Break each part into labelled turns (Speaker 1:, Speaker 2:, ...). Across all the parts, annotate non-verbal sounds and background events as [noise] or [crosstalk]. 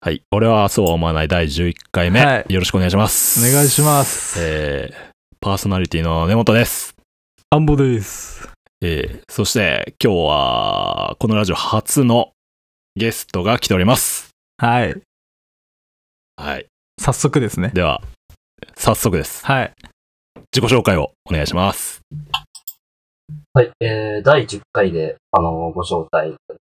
Speaker 1: はい。俺はそうは思わない第11回目。
Speaker 2: はい
Speaker 1: よろしくお願いします。
Speaker 2: お願いします
Speaker 1: えー、パーソナリティの根本です。
Speaker 2: アンボです。
Speaker 1: えー、そして今日は、このラジオ初のゲストが来ております。
Speaker 2: はい。
Speaker 1: はい。
Speaker 2: 早速ですね。
Speaker 1: では、早速です。
Speaker 2: はい。
Speaker 1: 自己紹介をお願いします。
Speaker 3: はい、えー、第10回で、あのーご招待、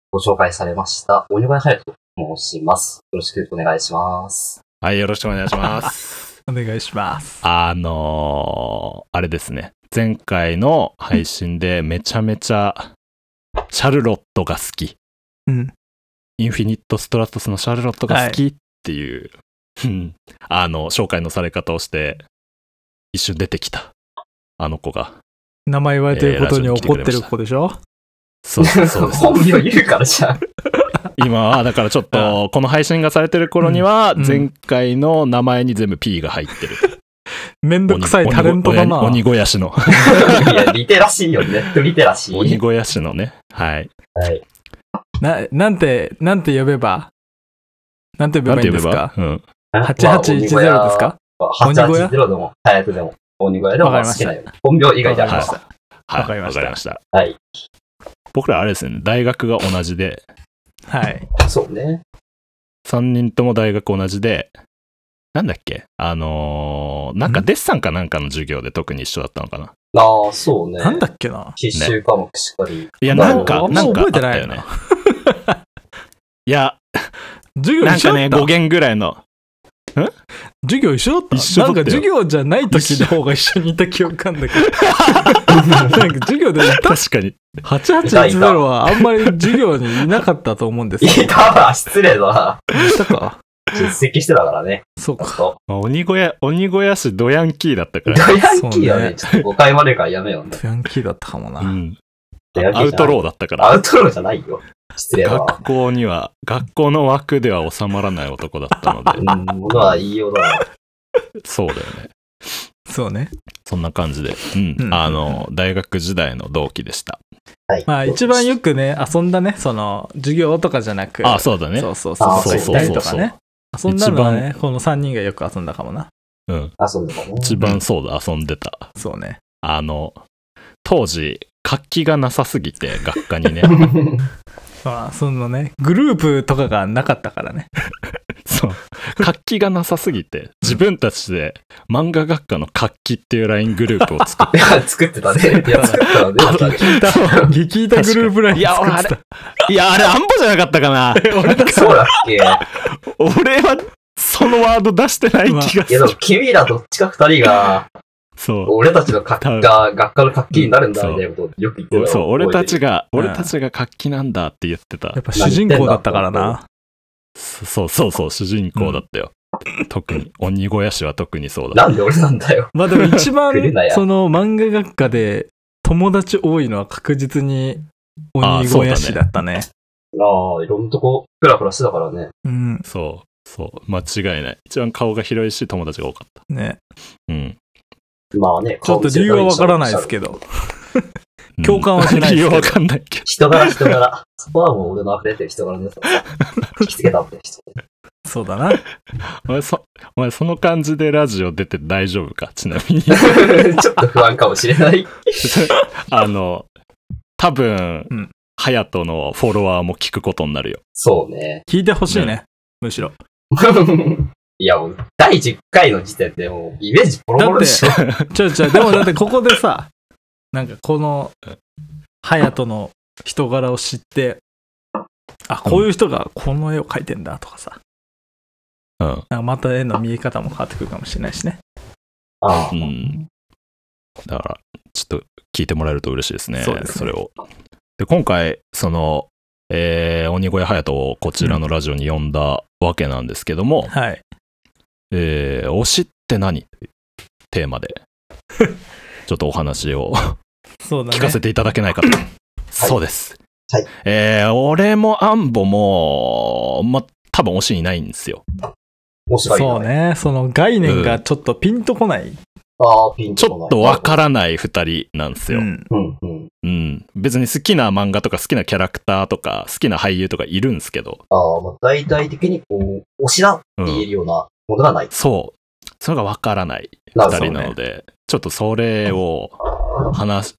Speaker 3: ご紹介されました、お祝い隼人と申します。よろしくお願いします。
Speaker 1: はい、よろしくお願いします。
Speaker 2: お願いします。
Speaker 1: あのー、あれですね。前回の配信でめちゃめちゃ、シャルロットが好き。
Speaker 2: うん。
Speaker 1: インフィニット・ストラトスのシャルロットが好きっていう、うんあの、紹介のされ方をして、一瞬出てきた、あの子が。
Speaker 2: 名前言われてることに怒ってる子でしょ、
Speaker 1: そうそうそう
Speaker 2: [laughs]
Speaker 1: です。
Speaker 3: 本名言うからじゃん。
Speaker 1: 今は、だからちょっと、この配信がされてる頃には、
Speaker 2: うん
Speaker 1: 前回の名前に全部 P が入ってる。
Speaker 2: めんどくさいタレントだな。
Speaker 1: 鬼鬼小屋市の、
Speaker 3: いや、リテラシーよりネットリテラシー。
Speaker 1: 鬼小屋市のね。はい。
Speaker 3: はい。
Speaker 2: な、なんて、なんて呼べばなんて呼
Speaker 1: なん
Speaker 2: べばい
Speaker 1: て
Speaker 2: いん
Speaker 1: 呼べ
Speaker 2: です
Speaker 1: ば
Speaker 2: か
Speaker 1: うん。
Speaker 2: ?8810 ですか
Speaker 3: まあ
Speaker 2: 鬼小屋
Speaker 3: ?8810 でも、早くでも、鬼小屋で
Speaker 2: わ
Speaker 3: も
Speaker 2: かり
Speaker 3: 好
Speaker 2: まし
Speaker 3: き
Speaker 2: た
Speaker 3: なよ。本名以外であり
Speaker 1: わかり
Speaker 3: ま
Speaker 1: まし
Speaker 3: す
Speaker 1: た。はい。
Speaker 2: わかりました
Speaker 1: わかりました。
Speaker 3: はい。
Speaker 1: 僕らあれですね、大学が同じで、
Speaker 2: はい。
Speaker 3: そうね。
Speaker 1: 3人とも大学同じで、なんだっけあのーなんか
Speaker 2: ん
Speaker 1: デッサンかなんかの授業で特に一緒だったのかな。
Speaker 3: ああ、そうね。
Speaker 2: なんだっけな
Speaker 3: 必修科目しっかり。
Speaker 1: いや、
Speaker 3: まあ
Speaker 1: なんか、
Speaker 2: あんま
Speaker 1: なんかあっ
Speaker 2: 覚えて
Speaker 1: た
Speaker 2: ない
Speaker 1: よ
Speaker 2: な
Speaker 1: ね。 [laughs] いや、
Speaker 2: 授業
Speaker 1: なん
Speaker 2: 一
Speaker 1: か
Speaker 2: 緒だ
Speaker 1: ね、
Speaker 2: った、
Speaker 1: 5弦ぐらいの。
Speaker 2: 授業一緒だった
Speaker 1: 一緒だったよ
Speaker 2: なんか授業じゃない時の方が一緒にいた記憶なんだけど。
Speaker 1: [laughs]
Speaker 2: なんか授業で
Speaker 1: 確かに。
Speaker 2: 8810はあんまり授業にいなかったと思うんです
Speaker 3: い
Speaker 2: よ。
Speaker 3: や、ただ、失礼だな。
Speaker 2: いたか。
Speaker 3: 実績してたからね。
Speaker 2: そうか。
Speaker 3: そう。
Speaker 1: まあ鬼小屋、鬼小屋市ドヤンキーだったから。
Speaker 3: ドヤンキーは
Speaker 2: そう
Speaker 3: ね、
Speaker 2: ね
Speaker 3: ちょっと誤解までからやめようね。
Speaker 2: トヤンキーだったかもな。
Speaker 1: うん。
Speaker 3: ドヤンキ
Speaker 1: ア
Speaker 3: ー
Speaker 1: ウ
Speaker 3: じゃな
Speaker 1: ト
Speaker 3: い
Speaker 1: ローだったか
Speaker 3: ア
Speaker 1: ら。
Speaker 3: ウトローじゃないよ。失礼だわ。
Speaker 1: 学校には、学校の枠では収まらない男だったの
Speaker 2: [laughs]
Speaker 1: で、
Speaker 3: うん、ものは言いようだな。
Speaker 1: そうだよね。
Speaker 2: そうね。
Speaker 1: そんな感じで、うん。
Speaker 2: うん
Speaker 1: あの、大学時代の同期でした。
Speaker 3: はい。
Speaker 2: まあ一番よくね、遊んだね、その、授業とかじゃなく。
Speaker 1: あ、そうだね
Speaker 2: そ。うそうそう。
Speaker 3: あ
Speaker 2: そうそうそう。とかね。遊んだのはね、この3人がよく遊んだかもな。
Speaker 1: うん。
Speaker 3: 遊んでたね。
Speaker 1: 一番そうだ、遊んでた。
Speaker 2: そうね。
Speaker 1: あの、当時、活気がなさすぎ [laughs] て、学科にね。
Speaker 2: まあ、そのね、グループとかがなかったからね。
Speaker 1: そう。活気がなさすぎて、自分たちで漫画学科の活気っていう LINE グループを作っ
Speaker 3: いや、作ってた
Speaker 2: [laughs]
Speaker 3: ね。いや、作ってたね。やっ
Speaker 1: [laughs]
Speaker 3: たね
Speaker 2: 聞いた、聞いたグループライン作ってた。
Speaker 1: て。いや、あれ、アンボじゃなかったかな俺だ
Speaker 3: そうだっけいや、
Speaker 1: [laughs] 俺は、そのワード出してない気がす
Speaker 3: で
Speaker 1: る
Speaker 3: も。君らどっちか二人が、
Speaker 1: そ
Speaker 3: 俺たちの学科、学科の活気になるんだ、みたいなことをよく言って
Speaker 1: う。
Speaker 3: た。
Speaker 1: そう、俺たち
Speaker 3: が。
Speaker 1: が、
Speaker 2: うん
Speaker 1: 俺たちが活気なんだって言ってた
Speaker 2: やっ。ぱ主人公だったからな。
Speaker 1: そそうそうそう、主人公だったよ。特
Speaker 2: [laughs]
Speaker 1: に、鬼小屋市は特にそうだ。
Speaker 3: なんで俺なんだよ。
Speaker 2: まあでも一番
Speaker 3: 来るな、や
Speaker 2: その漫画学科で友達多いのは確実に鬼小屋市だったね。
Speaker 3: ああ、いろんなとこ、ふらふらしてたからね。
Speaker 2: うん。
Speaker 1: そう、そう、間違いない。一番顔が広いし、友達が多かった。
Speaker 2: ね。
Speaker 1: うん。
Speaker 3: まあね、
Speaker 2: ちょっと理由はわからないですけ
Speaker 3: ど。
Speaker 2: ど。共感はしないですけど
Speaker 1: 理由わかんないけど。 [laughs]
Speaker 3: 人柄、人柄。そこはもう俺の溢れてる人柄の良さを
Speaker 2: [laughs]
Speaker 3: さ。引きつけたんで、人。 [laughs]
Speaker 2: そうだな。
Speaker 1: お前そ、お前その感じでラジオ出て大丈夫かちな
Speaker 2: [laughs]
Speaker 1: みに。 [laughs]
Speaker 3: ちょっと不安かもしれない。
Speaker 1: あの、多分
Speaker 2: うん、
Speaker 1: ハヤトのフォロワーも聞くことになるよ。
Speaker 3: そうね。
Speaker 2: 聞いてほしいね。むしろ。
Speaker 3: いや、もう、第10回の時点でもう、イメージボロボロでしょ。
Speaker 2: ちょいちょい、でもだってここでさ、なんかこの、隼人の人柄を知って、あ、こういう人がこの絵を描いてんだとかさ、
Speaker 1: うん。
Speaker 2: なんかまた絵の見え方も変わってくるかもしれないしね。
Speaker 3: あ
Speaker 1: [laughs]
Speaker 3: あ
Speaker 1: うん。だから、ちょっと聞いてもらえると嬉しいですね。
Speaker 2: そうですね
Speaker 1: それを。で、今回、その、えー、鬼越ハヤトをこちらのラジオに呼んだわけなんですけど
Speaker 2: [laughs]
Speaker 1: も、
Speaker 2: はい。
Speaker 1: えー、推しって何というテーマ
Speaker 2: [laughs]
Speaker 1: で、ちょっとお話を
Speaker 2: そうだね。
Speaker 1: 聞かせていただけないかと。そうです。
Speaker 3: はい
Speaker 1: えー俺もアンボも、ま、多分推しにないんですよ。
Speaker 3: 面白い
Speaker 2: そ
Speaker 3: よ
Speaker 2: う
Speaker 3: ね。
Speaker 2: ね。その概念がちょっとピンとこない。
Speaker 3: ああ、ピン
Speaker 1: ち
Speaker 3: と
Speaker 1: ょっとわからない二人なんです
Speaker 2: う
Speaker 1: よ。
Speaker 2: ん。
Speaker 3: らん。うん、うん。
Speaker 1: うん。別に好きな漫画とか好きなキャラクターとか好きな俳優とかいるんですけど、
Speaker 3: ああ、まあ、大々的にこう、推しだって
Speaker 1: うん
Speaker 3: 言えるようなものがない。
Speaker 1: そう。それがわからない
Speaker 3: な
Speaker 1: 二
Speaker 3: る
Speaker 1: 人
Speaker 3: ほど
Speaker 1: な
Speaker 3: ね
Speaker 1: の。で、ちょっとそれを話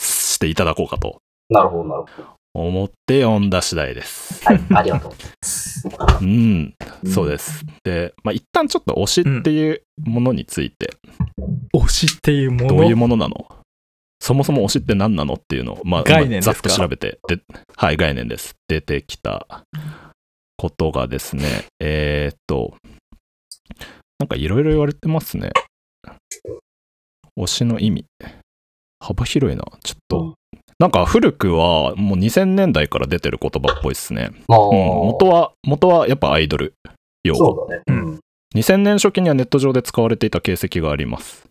Speaker 1: していただこうかと
Speaker 3: なるほど、なるほど。
Speaker 1: 思って読んだ次第です。
Speaker 3: はい、ありがとうございます。
Speaker 1: うん、そうです。で、まあ、一旦ちょっと推しっていうものについて、
Speaker 2: 推しっていうもの
Speaker 1: どういうものなのそもそも推しって何なのっていうのを、まあ、
Speaker 2: 概念です
Speaker 1: ざ
Speaker 2: か
Speaker 1: っと調べてで、はい、概念です。出てきたことがですね、えーっと、なんかいろいろ言われてますね。推しの意味。幅広いな、ちょっと。なんか古くはもう2000年代から出てる言葉っぽいですね。
Speaker 3: まあ、
Speaker 1: うん、元は、元はやっぱアイドル用語。
Speaker 3: そうだね。
Speaker 2: うん
Speaker 3: うん
Speaker 1: 2000年初期にはネット上で使われていた形跡があります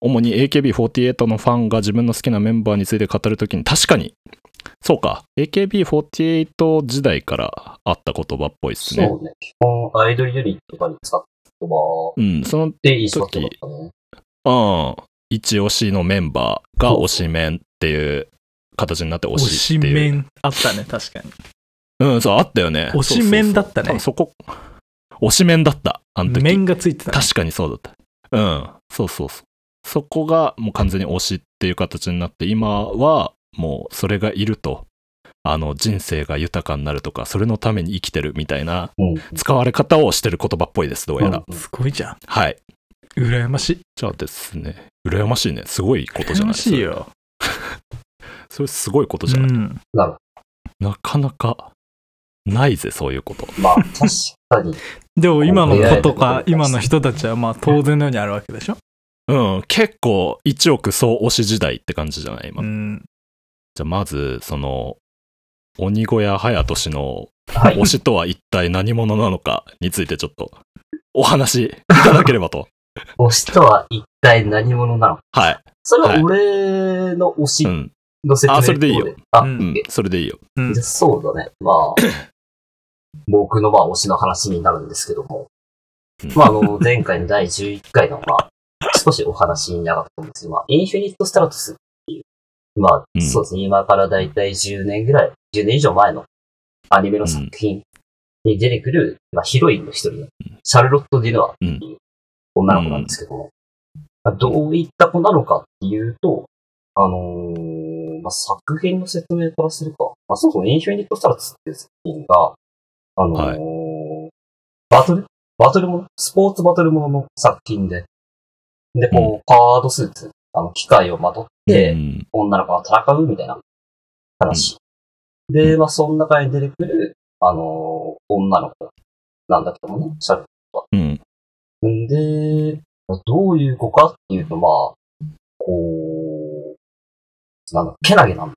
Speaker 1: 主に AKB48 のファンが自分の好きなメンバーについて語るときに確かにそうか AKB48 時代からあった言葉っぽいですね
Speaker 3: そうね。基本、アイドルユニットとかに使った言葉
Speaker 1: うんその
Speaker 3: で印象ってだったね。
Speaker 1: うん一推しのメンバーが推しメンっていう形になって推
Speaker 2: 推
Speaker 1: し
Speaker 2: し
Speaker 1: っていう
Speaker 2: メンあったね確かに
Speaker 1: うんそうあったよね
Speaker 2: 推しメンだったね
Speaker 1: そうそうそう多分そこ推しメンだったあの時
Speaker 2: 面がついてたね
Speaker 1: 確かにそうだった。うん。そうそうそう。そこがもう完全に推しっていう形になって、今はもうそれがいると、あの人生が豊かになるとか、それのために生きてるみたいな
Speaker 3: うん。
Speaker 1: 使われ方をしてる言葉っぽいです、どうやら。
Speaker 3: うん
Speaker 2: すごいじゃん
Speaker 1: はい。
Speaker 2: 羨ましい
Speaker 1: じゃあですね、羨ましいね。すごいことじゃな
Speaker 2: 羨
Speaker 1: い
Speaker 2: ましいよ
Speaker 1: それそれすごいことじゃ
Speaker 2: う
Speaker 1: ない、
Speaker 2: ん
Speaker 3: なるほ
Speaker 1: なかなかないぜ、そういうこと。
Speaker 3: ど。まあ、確かに。
Speaker 2: でも今の子と
Speaker 3: うん
Speaker 2: か今の人たちはまあ当然のようにあるわけでしょ
Speaker 1: うん。結構、一億総推し時代って感じじゃない今。
Speaker 2: うん
Speaker 1: じゃあまず、その、鬼小屋隼人氏の
Speaker 3: はい
Speaker 1: 推しとは一体何者なのかについてちょっとお話しいただければと。 [laughs]
Speaker 3: 推しとは一体何者なのか。
Speaker 1: はい。
Speaker 3: それは俺の推し
Speaker 1: うん。
Speaker 3: の説明
Speaker 1: あそれでいいよ
Speaker 3: ってこと。あ、
Speaker 2: う
Speaker 1: うんん。それでいいよ。
Speaker 2: うん
Speaker 3: じゃあそうだね。ま
Speaker 1: [coughs]
Speaker 3: あ、僕のまあ推しの話になるんですけども
Speaker 1: うん。
Speaker 3: まあ、あの、前回の第11回の、まあ、少しお話になかったんですけど、まあ、インフィニット・スタラトスっていう、ま
Speaker 1: う
Speaker 3: あ、
Speaker 1: ん
Speaker 3: そうですね、今からだいたい10年ぐらい、10年以上前のアニメの作品に出てくる、まあ、ヒロインの一人の、シャルロット・ディヌアっていう女の子なんですけども、まあどういった子なのかっていうと、あのーまあ、作品の説明からするか、まあ、そもそもインフィニット・スタラトスっていう作品が、あのー
Speaker 1: は
Speaker 3: バトルバトルものスポーツバトルものの作品で、で、こう、カードスーツ、あの、機械をまとって、
Speaker 1: うん
Speaker 3: 女の子が戦うみたいな話。で、まあ、その中に出てくる、あのー女の子なんだけどもね、シャ
Speaker 1: う
Speaker 3: ル
Speaker 1: ん。
Speaker 3: んで、どういう子かっていうと、まあ、こう、なんだ、けなげなんだ。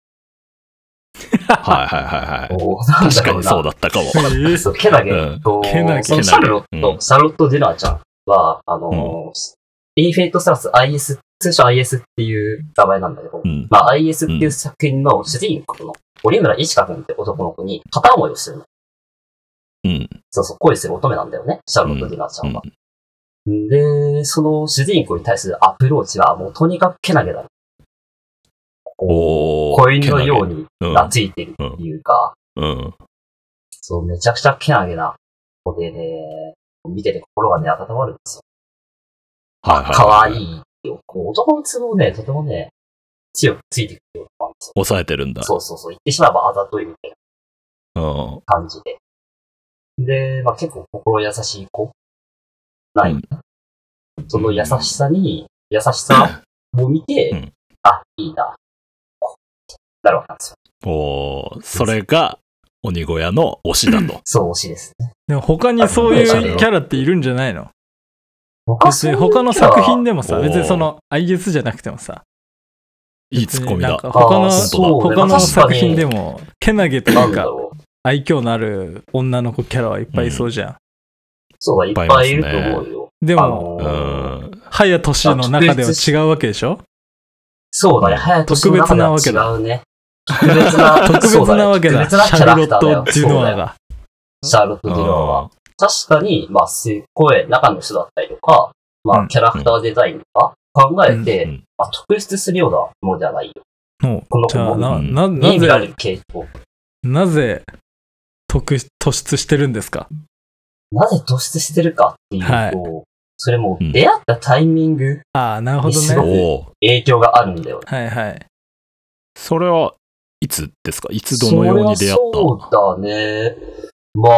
Speaker 1: はいはいはいはい。
Speaker 3: こうなんだ
Speaker 1: 確か
Speaker 3: ろう
Speaker 1: に
Speaker 3: な
Speaker 1: そうだったかも。
Speaker 2: えー
Speaker 3: そう、けなげ
Speaker 1: うん
Speaker 3: と、
Speaker 2: けなげ
Speaker 3: そのシャルロット、
Speaker 1: うん
Speaker 3: シャルロット・ディナーちゃんは、あのー、インフィニット・スタラス IS、通称 IS っていう名前なんだけど、
Speaker 1: うん。
Speaker 3: まあ、IS っていう作品の主人公の、折村一華君って男の子に片思いをしてるの。
Speaker 1: うん。
Speaker 3: そうそう、恋する乙女なんだよね、シャルロット・ディナーちゃんは。で、その主人公に対するアプローチは、もうとにかくけなげだ。
Speaker 1: おー。
Speaker 3: 子犬のように
Speaker 1: けな
Speaker 3: 懐いてるっていうか、
Speaker 1: げ。うん。うん。
Speaker 3: そう、めちゃくちゃけなげな子でね、見てて心がね、温まるんですよ。
Speaker 1: はいはい。
Speaker 3: かわい
Speaker 1: い。
Speaker 3: いよ。こう男のツボをね、とてもね、強くついてくるような感じ。
Speaker 1: 抑えてるんだ。
Speaker 3: そうそうそう。言ってしまえばあざといみたいな
Speaker 1: うん。
Speaker 3: 感じで。で、まあ結構心優しい子ない、
Speaker 1: うん
Speaker 3: その優しさに、優しさを見て、
Speaker 1: うん
Speaker 3: あ、いいな、こうなるわけなんですよ。
Speaker 1: おー。それが鬼小屋の推しだと。
Speaker 3: そう推しですね。
Speaker 2: でも他にそういうキャラっているんじゃないの
Speaker 3: 他
Speaker 2: 別に他の作品でもさ
Speaker 1: おー
Speaker 2: 別にその IS じゃなくてもさ
Speaker 1: いいツッコミ
Speaker 2: なん
Speaker 1: だ。
Speaker 2: か他の
Speaker 3: あーそう
Speaker 2: 他
Speaker 3: ねま
Speaker 2: の
Speaker 3: あ
Speaker 2: 作品でもけなげとい
Speaker 3: なん
Speaker 2: う
Speaker 3: だ
Speaker 2: か
Speaker 3: ろう。
Speaker 2: 愛嬌のある女の子キャラはいっぱいいそうじゃ
Speaker 3: そうだ、いっぱいいると思うよ。
Speaker 2: んで
Speaker 3: あ
Speaker 2: も
Speaker 3: の
Speaker 1: う
Speaker 3: ー
Speaker 1: ん。
Speaker 2: 早年の中では違うわけでしょ
Speaker 3: そうだね、早く
Speaker 2: 特別なわけだ
Speaker 3: 違うね。特別な、
Speaker 2: [laughs] 特別なわけ
Speaker 3: そう
Speaker 2: だ
Speaker 3: よ特別な
Speaker 2: シ
Speaker 3: キャ
Speaker 2: ャ
Speaker 3: ラ
Speaker 2: ルロ
Speaker 3: クタ
Speaker 2: ッ
Speaker 3: ーだよ
Speaker 2: ト・ジュノア
Speaker 3: そうだよ
Speaker 2: が
Speaker 3: シャーロット・ディローは。確かに、まあ、すっごい中の人だったりとか、
Speaker 2: う
Speaker 3: まあ、
Speaker 2: ん
Speaker 3: キャラクターデザインとか考えて、
Speaker 1: うん
Speaker 3: まあ、特筆するようなものではないよ。
Speaker 2: の
Speaker 3: この子
Speaker 2: じゃあな
Speaker 1: も
Speaker 2: な
Speaker 3: に
Speaker 2: な
Speaker 3: 見ら
Speaker 2: ぜ
Speaker 3: れる傾向。
Speaker 2: なぜ特突出してるんですか
Speaker 3: なぜ突出してるかっていうと、
Speaker 2: はい
Speaker 3: それも
Speaker 1: うん
Speaker 3: 出会ったタイミング、
Speaker 2: ああなるほど
Speaker 3: すごい
Speaker 2: ね
Speaker 1: おー
Speaker 3: 影響があるんだよね。
Speaker 2: はいはい
Speaker 1: それはいつですかいつどのように出会っ
Speaker 3: それはそうだね。まあ、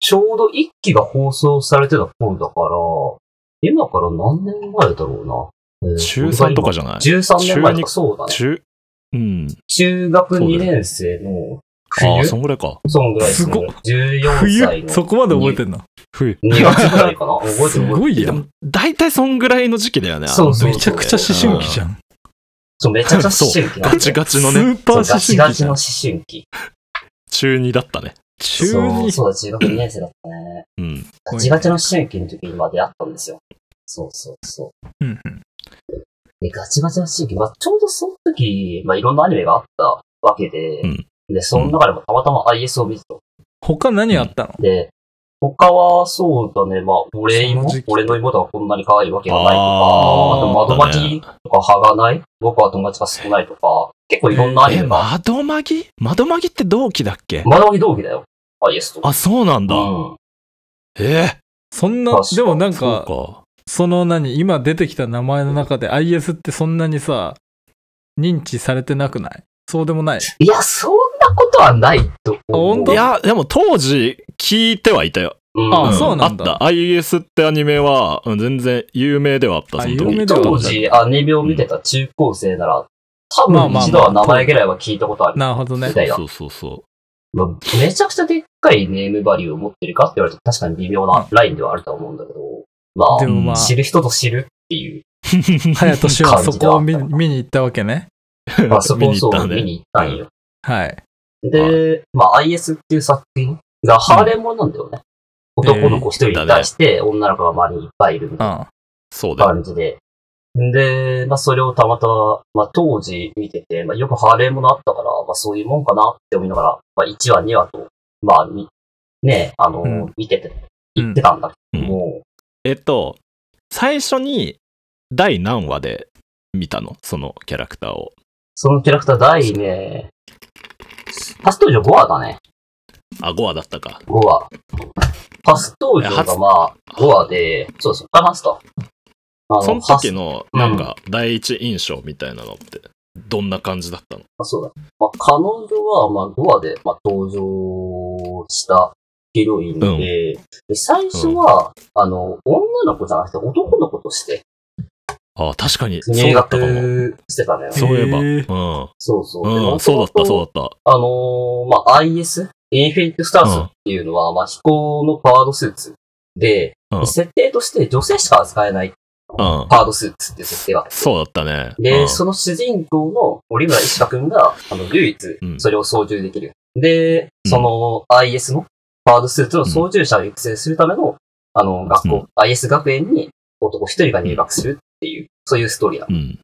Speaker 3: ちょうど一期が放送されてた頃だから、今から何年前だろうな。
Speaker 1: た中3とかじゃない
Speaker 3: ゃ ?13 年前とかそうだね。
Speaker 1: 中、うん。
Speaker 3: 中学
Speaker 1: そうだよ
Speaker 3: 2年生の
Speaker 1: ああ、
Speaker 3: 冬、
Speaker 1: そんぐらいか。
Speaker 3: そんぐらいです
Speaker 2: す
Speaker 3: ね
Speaker 2: ごっ。
Speaker 3: 14歳
Speaker 2: 冬そ
Speaker 3: の
Speaker 2: こまで覚えてんの
Speaker 1: 冬。
Speaker 3: 2月ぐらいかな。覚えて
Speaker 2: す
Speaker 3: る覚えてる
Speaker 2: ご
Speaker 1: い
Speaker 2: い
Speaker 1: や、
Speaker 2: や
Speaker 1: で
Speaker 2: ん
Speaker 1: も大体そんぐらいの時期だよね。
Speaker 3: そうそう
Speaker 2: めちゃくちゃ思春期じゃん
Speaker 3: そう、めちゃくちゃ思春期
Speaker 1: あのガ
Speaker 3: なんだ
Speaker 1: チ
Speaker 3: よ
Speaker 1: ガチの
Speaker 2: ス
Speaker 1: ね、
Speaker 2: ーパー思
Speaker 3: そうガ
Speaker 2: 春
Speaker 3: チ
Speaker 2: 期
Speaker 3: ガ
Speaker 2: じ
Speaker 3: チ
Speaker 2: ゃん
Speaker 3: の思春期。
Speaker 1: 中2だったね。
Speaker 2: 中
Speaker 3: そう、
Speaker 2: 2
Speaker 3: そうだ、中学2年生だったね。
Speaker 1: うん。
Speaker 2: ごいね
Speaker 3: ガチガチの思春期の時にまであったんですよ。そうそうそう。
Speaker 2: うんうん
Speaker 3: で、ガチガチの思春期、まあ、ちょうどその時、まあ、いろんなアニメがあったわけで、
Speaker 1: うん
Speaker 3: で、その中でもたまたま IS を見てた。
Speaker 2: 他何あったの
Speaker 3: で、他はそうだね、まあ、俺
Speaker 2: その
Speaker 3: 妹
Speaker 2: 時期、
Speaker 3: 俺の妹がこんなに可愛いわけがないとか、
Speaker 1: あ
Speaker 2: ー
Speaker 3: あと窓巻きとか歯がない、僕は友達が少ないとか、結構いろんなアニ
Speaker 1: え、
Speaker 3: メが、
Speaker 1: 窓まぎ窓まぎって同期だっけ
Speaker 3: 窓巻き同期だよ、IS と。
Speaker 1: あ、そうなんだ。
Speaker 3: うん。
Speaker 1: えー
Speaker 2: そんな
Speaker 3: 確か
Speaker 2: でもなん
Speaker 1: そう
Speaker 2: か
Speaker 1: か。
Speaker 2: その何今出てきた名前の中で IS ってそんなにさ認知されてなくないそうでもない
Speaker 3: いや、そんなことはないと思う。
Speaker 2: 本当
Speaker 1: いや、でも当時聞いてはいたよ。
Speaker 3: うん
Speaker 2: あそうなんだ
Speaker 1: あった。IS ってアニメはうん全然有名ではあった、
Speaker 2: あ
Speaker 1: その
Speaker 2: 有
Speaker 1: 時。
Speaker 2: 名ではあった
Speaker 3: 当時、アニメを見てた中高生なら、多
Speaker 2: まあま
Speaker 3: 分
Speaker 2: あまあ
Speaker 3: 一度は名前ぐらいは聞いたことある。
Speaker 2: なるほどね
Speaker 3: みたいな
Speaker 1: そうそうそ
Speaker 3: まあめちゃくちゃでっかいネームバリューを持ってるかって言われると確かに微妙なラインではあるとは思うんだけど、ま
Speaker 2: で
Speaker 3: あ、
Speaker 2: もまあ
Speaker 3: 知る人と
Speaker 2: [laughs]
Speaker 3: 知るっていう、
Speaker 1: う。 [laughs]
Speaker 2: 隼人氏はそこを見
Speaker 3: 感じだ
Speaker 2: 見に行ったわけね
Speaker 3: まあ、そこ
Speaker 1: 見
Speaker 3: を
Speaker 1: に行
Speaker 3: そ
Speaker 1: った
Speaker 3: う見
Speaker 1: ね。
Speaker 3: に行ったんよ。
Speaker 2: はい
Speaker 3: で、まあ、IS っていう作品がハーレムものなんだよね。
Speaker 2: ん
Speaker 3: 男の子一人に対して女の子が周りにいっぱいいるみ
Speaker 2: う
Speaker 3: たい
Speaker 2: ん
Speaker 1: そう
Speaker 3: な
Speaker 1: だよ。
Speaker 3: 感じで。で、まあ、それをたまたま、まあ、当時見てて、まあ、よくハーレムものあったから、まあ、そういうもんかなって思いながら、まあ、1話、2話と、まあ、みね、あの、
Speaker 2: うん
Speaker 3: 見てて、
Speaker 2: う
Speaker 3: 言
Speaker 2: ん
Speaker 3: ってたんだけど
Speaker 1: うん
Speaker 3: も、
Speaker 1: えっと、最初に第何話で見たのそのキャラクターを。
Speaker 3: そのキャラクター第ね、パストージョ5話だね。
Speaker 1: あ、5話だったか。
Speaker 3: 5話。パストージョがまあ5話で、そうそう、あ、マスター。あ
Speaker 1: その
Speaker 3: パス
Speaker 1: 時の、なんか、第一印象みたいなのって、どんな感じだったの
Speaker 3: あそうだ。まあ、彼女はまあ5話で、まあ、登場したヒロインで、
Speaker 1: うん
Speaker 3: で最初は、あの、女の子じゃなくて男の子として
Speaker 1: ああ、確かに、そ
Speaker 3: 入
Speaker 1: うだったかも。
Speaker 3: 学してたのよ。
Speaker 2: そ
Speaker 1: そうい
Speaker 2: へ
Speaker 1: えば。
Speaker 3: そうそうう。で
Speaker 1: ん。うん、そうだった、そうだっ
Speaker 3: あのーまあ、IS、インフィニットスターズっていうのは、まあ、飛行のパワードスーツで、
Speaker 1: うん
Speaker 3: 設定として女性しか扱えない
Speaker 1: た。うん。
Speaker 3: パワードスーツっていう設定があって、
Speaker 1: そうだったね。
Speaker 3: で、
Speaker 1: うん
Speaker 3: その主人公の折村石川くんが、あの、唯一
Speaker 1: う、ん
Speaker 3: それを操縦できる。で、
Speaker 1: うん
Speaker 3: その IS のパワードスーツの操縦者を育成するための、あの、学校、
Speaker 1: うん
Speaker 3: IS 学園に男一人が入学するっていう、そういうストーリーだ。
Speaker 1: うん。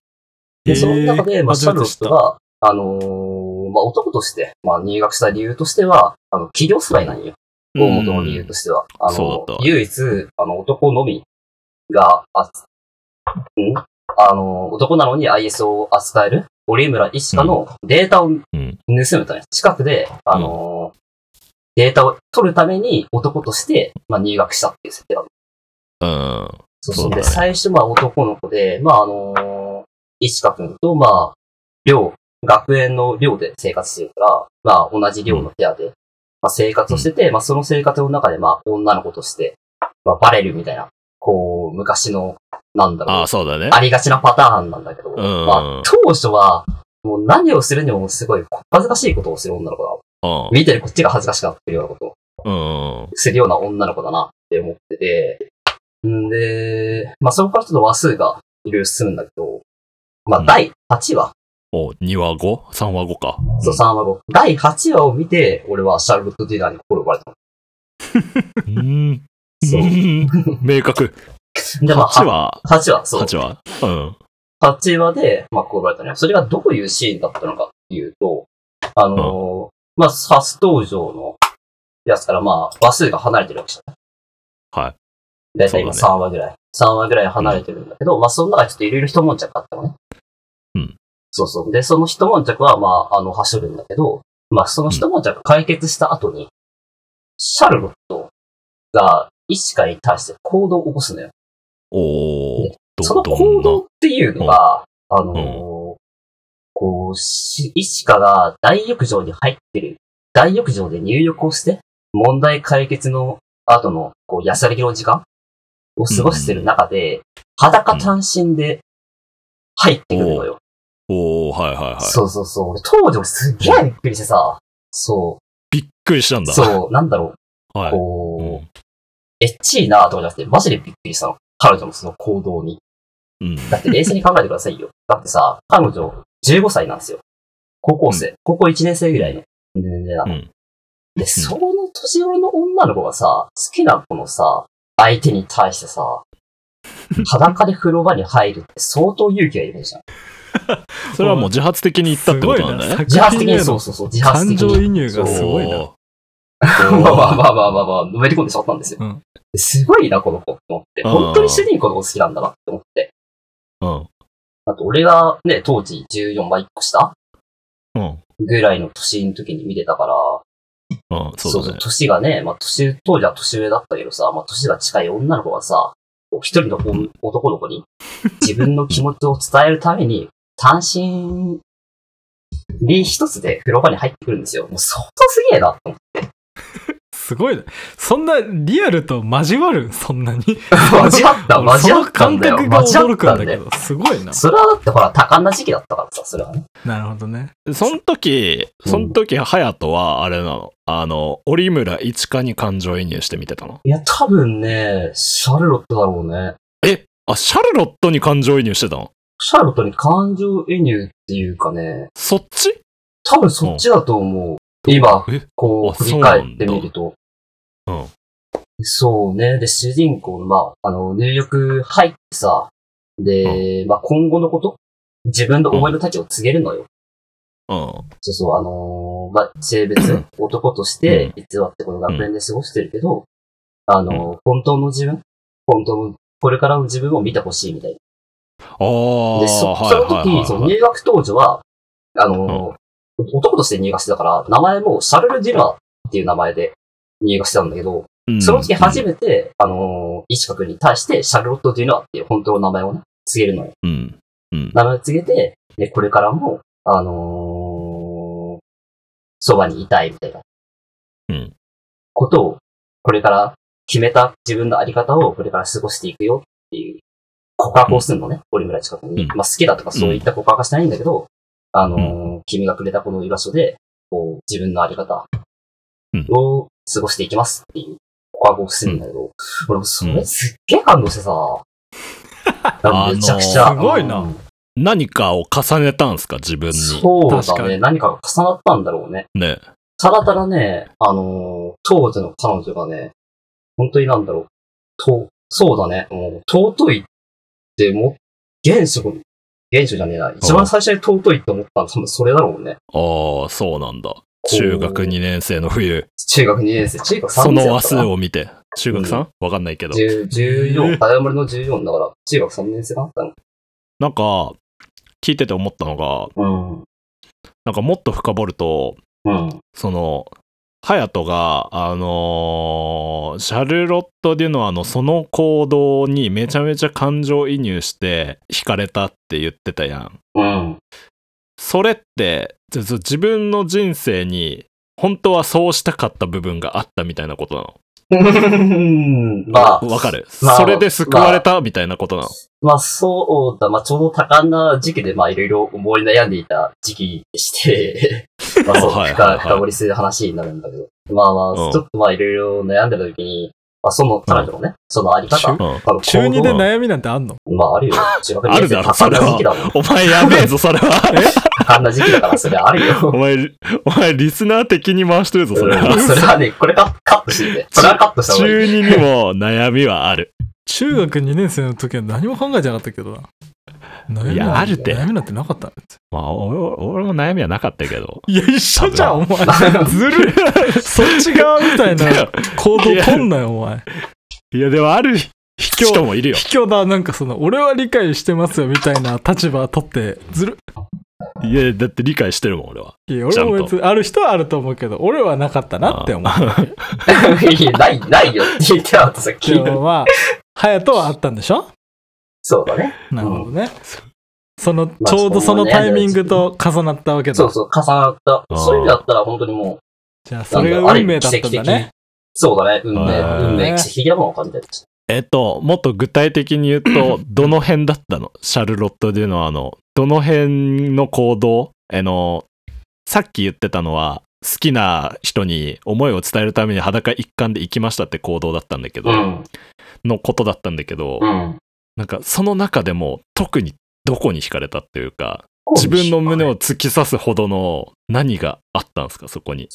Speaker 2: へ
Speaker 3: で、
Speaker 2: ー
Speaker 3: その中で、まあ、シ
Speaker 2: 初
Speaker 3: ャ
Speaker 2: め
Speaker 3: ルロ
Speaker 2: て知っ
Speaker 3: ッ
Speaker 2: た
Speaker 3: トが、あのーまあ、男として、まあ、入学した理由としては、あの、企業スパイなんよ。
Speaker 1: う
Speaker 3: 大
Speaker 1: ん
Speaker 3: 元の理由としては。あ
Speaker 1: そう
Speaker 3: の
Speaker 1: だった、
Speaker 3: 唯一、あの、男のみが、あ、んあの、男なのに IS を扱える、折村一花のデータを盗
Speaker 1: うん。
Speaker 3: むため、近くで、あの、データを取るために男として、まあ、入学したっていう設定だった
Speaker 1: うん。
Speaker 3: そうそ
Speaker 1: そう
Speaker 3: う。
Speaker 1: だ
Speaker 3: で、
Speaker 1: ね
Speaker 3: 最初、まあ、男の子で、まあ、あのー、石川くんと、まあ、寮、学園の寮で生活してるから、まあ、同じ寮の部屋で、まあ、生活をしてて、まあ、その生活の中で、まあ、女の子として、まあ、バレるみたいな、こう、昔の、なんだ
Speaker 1: あ
Speaker 3: ろう
Speaker 1: あ、、そうだね。
Speaker 3: ありがちなパターンなんだけど、
Speaker 1: ん
Speaker 3: まあ、当初は、もう何をするにもすごい恥ずかしいことをする女の子だ。
Speaker 1: うん。
Speaker 3: 見てるこっちが恥ずかしくなってるようなことを
Speaker 1: うん。
Speaker 3: するような女の子だなって思ってて、んで、まあそこからちょっと話数がいろいろ進むんだけど、ま
Speaker 1: う
Speaker 3: あ
Speaker 1: ん
Speaker 3: 第8話、
Speaker 1: お、2話後 ?3 話後
Speaker 3: [laughs]
Speaker 1: か。
Speaker 3: そう3話後、第8話を見て、俺はシャーロット・ディナーに心奪われた。
Speaker 1: うん。
Speaker 3: そう
Speaker 1: う。ん明
Speaker 3: [laughs]
Speaker 1: 確。
Speaker 3: で、まあ
Speaker 1: 8話
Speaker 3: ?8 話、そう。
Speaker 1: ?8 話うん。
Speaker 3: 8話で、まあ、心奪われたのよ。それがどういうシーンだったのかっていうと、あのーまあ、初登場のやつから、まあ、話数が離れてるわけじゃない。
Speaker 1: はい。
Speaker 3: だいたい今
Speaker 1: そうだ
Speaker 3: 3話ぐらい。3話ぐらい離れてるんだけど、まあ、その中でちょっといろいろ一悶着あったのね。
Speaker 1: うん。
Speaker 3: そうそう。で、その一悶着は、まあ、あの、走るんだけど、まあ、その一悶着解決した後に、シャルロットが、イチカに対して行動を起こすのよ。
Speaker 1: おー
Speaker 3: で、その行動っていうのが、あのー
Speaker 1: う
Speaker 3: こう、しイチカが大浴場に入ってる、大浴場で入浴をして、問題解決の後の、こう、安らぎの時間を過ごしてる中で、裸単身で入ってくるのよ。
Speaker 1: おー、はいはいはい。
Speaker 3: そうそうそう。俺当時俺すっげえびっくりしてさ、そ
Speaker 1: びっくりしたん
Speaker 3: う、
Speaker 1: だ。
Speaker 3: そう、なんだろ
Speaker 1: う。は
Speaker 3: う、
Speaker 1: い。う
Speaker 3: こ
Speaker 1: ん
Speaker 3: う、エッチいなとかじゃなくて、マジでびっくりしたの。彼女のその行動に。
Speaker 1: うん。
Speaker 3: だって冷静に考えてくださいよ。だってさ、彼女15歳なんですよ。高校生。高校1年生ぐらいの年齢なの。
Speaker 1: うん
Speaker 3: で、その年頃の女の子がさ、好きな子のさ、相手に対してさ、裸で風呂場に入るって相当勇気がいるじゃん。
Speaker 1: それはもう自発的に言ったってことなんだね。
Speaker 3: 自発的に、そうそうそう、自発的
Speaker 2: 感
Speaker 3: に。
Speaker 2: 情移入が
Speaker 3: そう
Speaker 2: すごいな
Speaker 1: お
Speaker 3: [laughs] まあまあまあまあまあまあ、のめり込んでしまったんですよ。
Speaker 2: うん
Speaker 3: すごいな、この子と思って。
Speaker 1: うん
Speaker 3: 本当に主人公のこと好きなんだなって思って。
Speaker 1: ー
Speaker 3: あと、俺がね、当時14倍1個下
Speaker 1: うん。うん。
Speaker 3: ぐらいの年の時に見てたから、
Speaker 1: うん。そうだね。
Speaker 3: 年がね、まあ年、当時は年上だったけどさ、まあ年が近い女の子がさ、こう一人の子男の子に自分の気持ちを伝えるために、単身に一つで風呂場に入ってくるんですよ。もう相当すげえなって思って。
Speaker 2: すごいな。そんなリアルと交わるそんなに。
Speaker 3: 交
Speaker 2: [laughs]
Speaker 3: わった、
Speaker 2: 俺
Speaker 3: 交わったんだよ。
Speaker 2: その感覚が
Speaker 3: 交わ
Speaker 2: 驚
Speaker 3: っ
Speaker 2: くん
Speaker 3: たんだ
Speaker 2: だ
Speaker 3: よ
Speaker 2: け。ど、すごいな。
Speaker 3: それはだってほら、多感な時期だったからさ、それはね。
Speaker 2: なるほどね。
Speaker 1: その時、その時、隼人は、あれなの、あの、折村一花に感情移入して見てたの。
Speaker 3: いや、多分ね、シャルロットだろうね。
Speaker 1: え、あ、シャルロットに感情移入してたの
Speaker 3: シャルロットに感情移入っていうかね、
Speaker 1: そっち
Speaker 3: 多分そっちだと思う。今、
Speaker 1: え、
Speaker 3: こ
Speaker 1: あ
Speaker 3: う、振り返ってみる
Speaker 1: そうなん
Speaker 3: と。
Speaker 1: だ
Speaker 3: そうね。で、主人公の、まあ、あの、入浴入ってさ、で、まあ、今後のこと自分の思いの丈を告げるのよ。
Speaker 1: うん。
Speaker 3: そうそう、あのーまあ、性
Speaker 1: [clears throat]
Speaker 3: 別、男として偽ってこの学園で過ごしてるけど、あのー本当の自分本当の、これからの自分を見てほしいみたい
Speaker 1: あ
Speaker 3: な。
Speaker 1: あ、
Speaker 3: で、そ
Speaker 1: はい
Speaker 3: その
Speaker 1: はいはい
Speaker 3: 時、その入学当時は、あのー男として入学してたから、名前もシャルル・ディラーっていう名前で入学してたんだけど、
Speaker 1: うん
Speaker 3: その時初めて、あのー、石川君に対して、シャルロット・デュナーっていう本当の名前をね、告げるのよ。
Speaker 1: うん。うん。
Speaker 3: 名前を告げて、で、これからも、あのーそばにいたいみたいな。
Speaker 1: うん
Speaker 3: ことを、これから決めた自分のあり方をこれから過ごしていくよっていう告白をするのね、俺ぐらい近くに。
Speaker 1: うん
Speaker 3: まあ好きだとかそういった告白はしないんだけど、あのー君がくれたこの居場所で、こう、自分のあり方を過ごしていきますっていう告白をするんだけど、俺もそれすっげえ感動してさ、なんかめちゃくちゃ。
Speaker 2: あのーすごいな
Speaker 1: 何かを重ねたんすか、自分に。
Speaker 3: そう
Speaker 2: 確
Speaker 3: だ
Speaker 2: か
Speaker 3: ね。
Speaker 2: に
Speaker 3: 何かが重なったんだろうね。
Speaker 1: ね。
Speaker 3: ただただね、あのー当時の彼女がね、本当になんだろう。と、そうだね。もう、尊いっても、原初、原初じゃねえな。一番最初に尊いって思ったのは多分それだろうね。
Speaker 1: ああ、そうなんだ。中学2年生の冬、
Speaker 3: 中学2年生、中学3
Speaker 1: そ
Speaker 3: 年
Speaker 1: の
Speaker 3: 生だ
Speaker 1: 和
Speaker 3: ったか
Speaker 1: 数
Speaker 3: な。
Speaker 1: を見て。中学 3? わかんないけど。
Speaker 3: 10 14、ダイヤモンドの14だから、中学3年生だったの。
Speaker 1: なんか、聞いてて思ったのが、
Speaker 3: うん。
Speaker 1: なんかもっと深掘ると、
Speaker 3: うん。
Speaker 1: その、隼人が、あのーシャルロット・デュノアのその行動にめちゃめちゃ感情移入して惹かれたって言ってたやん。
Speaker 3: うん。
Speaker 1: それって、ずず自分の人生に、本当はそうしたかった部分があったみたいなことなの。
Speaker 3: まあ、
Speaker 1: わかる。
Speaker 3: まあ
Speaker 1: それで救われたみたいなことなの。
Speaker 3: まあそうだ、まあちょうど多感な時期でまあいろいろ思い悩んでいた時期でして、
Speaker 1: [laughs]
Speaker 3: まあそう、
Speaker 1: はいはいは
Speaker 3: 深
Speaker 1: い
Speaker 3: 深掘りする話になるんだけど、まあま
Speaker 1: うん
Speaker 3: あ、ちょっとまあいろいろ悩んでた時に、まあその彼女のね、そのあり方、
Speaker 2: 中
Speaker 1: うん
Speaker 3: あの
Speaker 2: 中
Speaker 3: 行
Speaker 2: 2
Speaker 3: 動
Speaker 2: で悩みなんてあんの
Speaker 3: まああるよ。中学
Speaker 1: あ
Speaker 3: 年
Speaker 1: る
Speaker 3: 生
Speaker 1: だろ
Speaker 3: 多感な時期だもん。
Speaker 1: お前やべ [laughs] えぞ、それは。
Speaker 3: 多感な時期だからそれある
Speaker 1: [laughs] お
Speaker 3: よ。
Speaker 1: 前、お前、リスナー的に回してるぞ、
Speaker 3: そ
Speaker 1: それ
Speaker 3: れ
Speaker 1: は。 [laughs]
Speaker 3: はね、これカカットしてて。これはカットした方がいい。
Speaker 1: 中二にも悩みはある。
Speaker 2: 中学2年生の時は何も考えてなかったけどな。悩み
Speaker 1: いや
Speaker 2: なん
Speaker 1: あるって
Speaker 2: 悩みなんてなかったんです
Speaker 1: [laughs] まあ、俺俺も悩みはなかったけど。
Speaker 2: いや、一緒じゃん、お前。
Speaker 3: [laughs]
Speaker 2: ず
Speaker 1: [laughs]
Speaker 2: るい。そっち側みたい
Speaker 1: い
Speaker 2: な
Speaker 1: や
Speaker 2: 行動取んなよ、お前。
Speaker 1: いや、でもある人もいるよ。
Speaker 2: 卑怯だ、なんかその、俺は理解してますよ、みたいな立場取って、ずる。
Speaker 1: いや、だって理解してるもん、俺は。
Speaker 2: いや俺も別にある人はあると思うけど俺はなかったなって思う
Speaker 3: [laughs] いや、ない、ないよって言ってなかった、さっき
Speaker 2: で。もまあ隼人はあったんでしょ
Speaker 3: そうだね。
Speaker 2: なるほどね、そのちょうどそのタイミングと重なったわけだ、
Speaker 3: そうそう、重なった
Speaker 1: あー。
Speaker 3: そういう意味だったら、本当にもう、
Speaker 2: じゃあそれが運命だったんだ
Speaker 3: なんだあれ奇跡
Speaker 2: ね
Speaker 3: 的そうだね、運
Speaker 1: へー
Speaker 3: 命、運命、奇跡的なものを感じたりして。
Speaker 1: [laughs] えっと、もっと具体的に言うと、どの辺だったのシャルロット・デュノワの、どの辺の行動あの、さっき言ってたのは、好きな人に思いを伝えるために裸一貫で行きましたって行動だったんだけど、
Speaker 3: うん、
Speaker 1: のことだったんだけど、
Speaker 3: [laughs] うん。
Speaker 1: なんかその中でも特にどこに惹かれたっていうか、自分の胸
Speaker 3: を。
Speaker 1: を突き刺すほどの何があったんですか、そこに。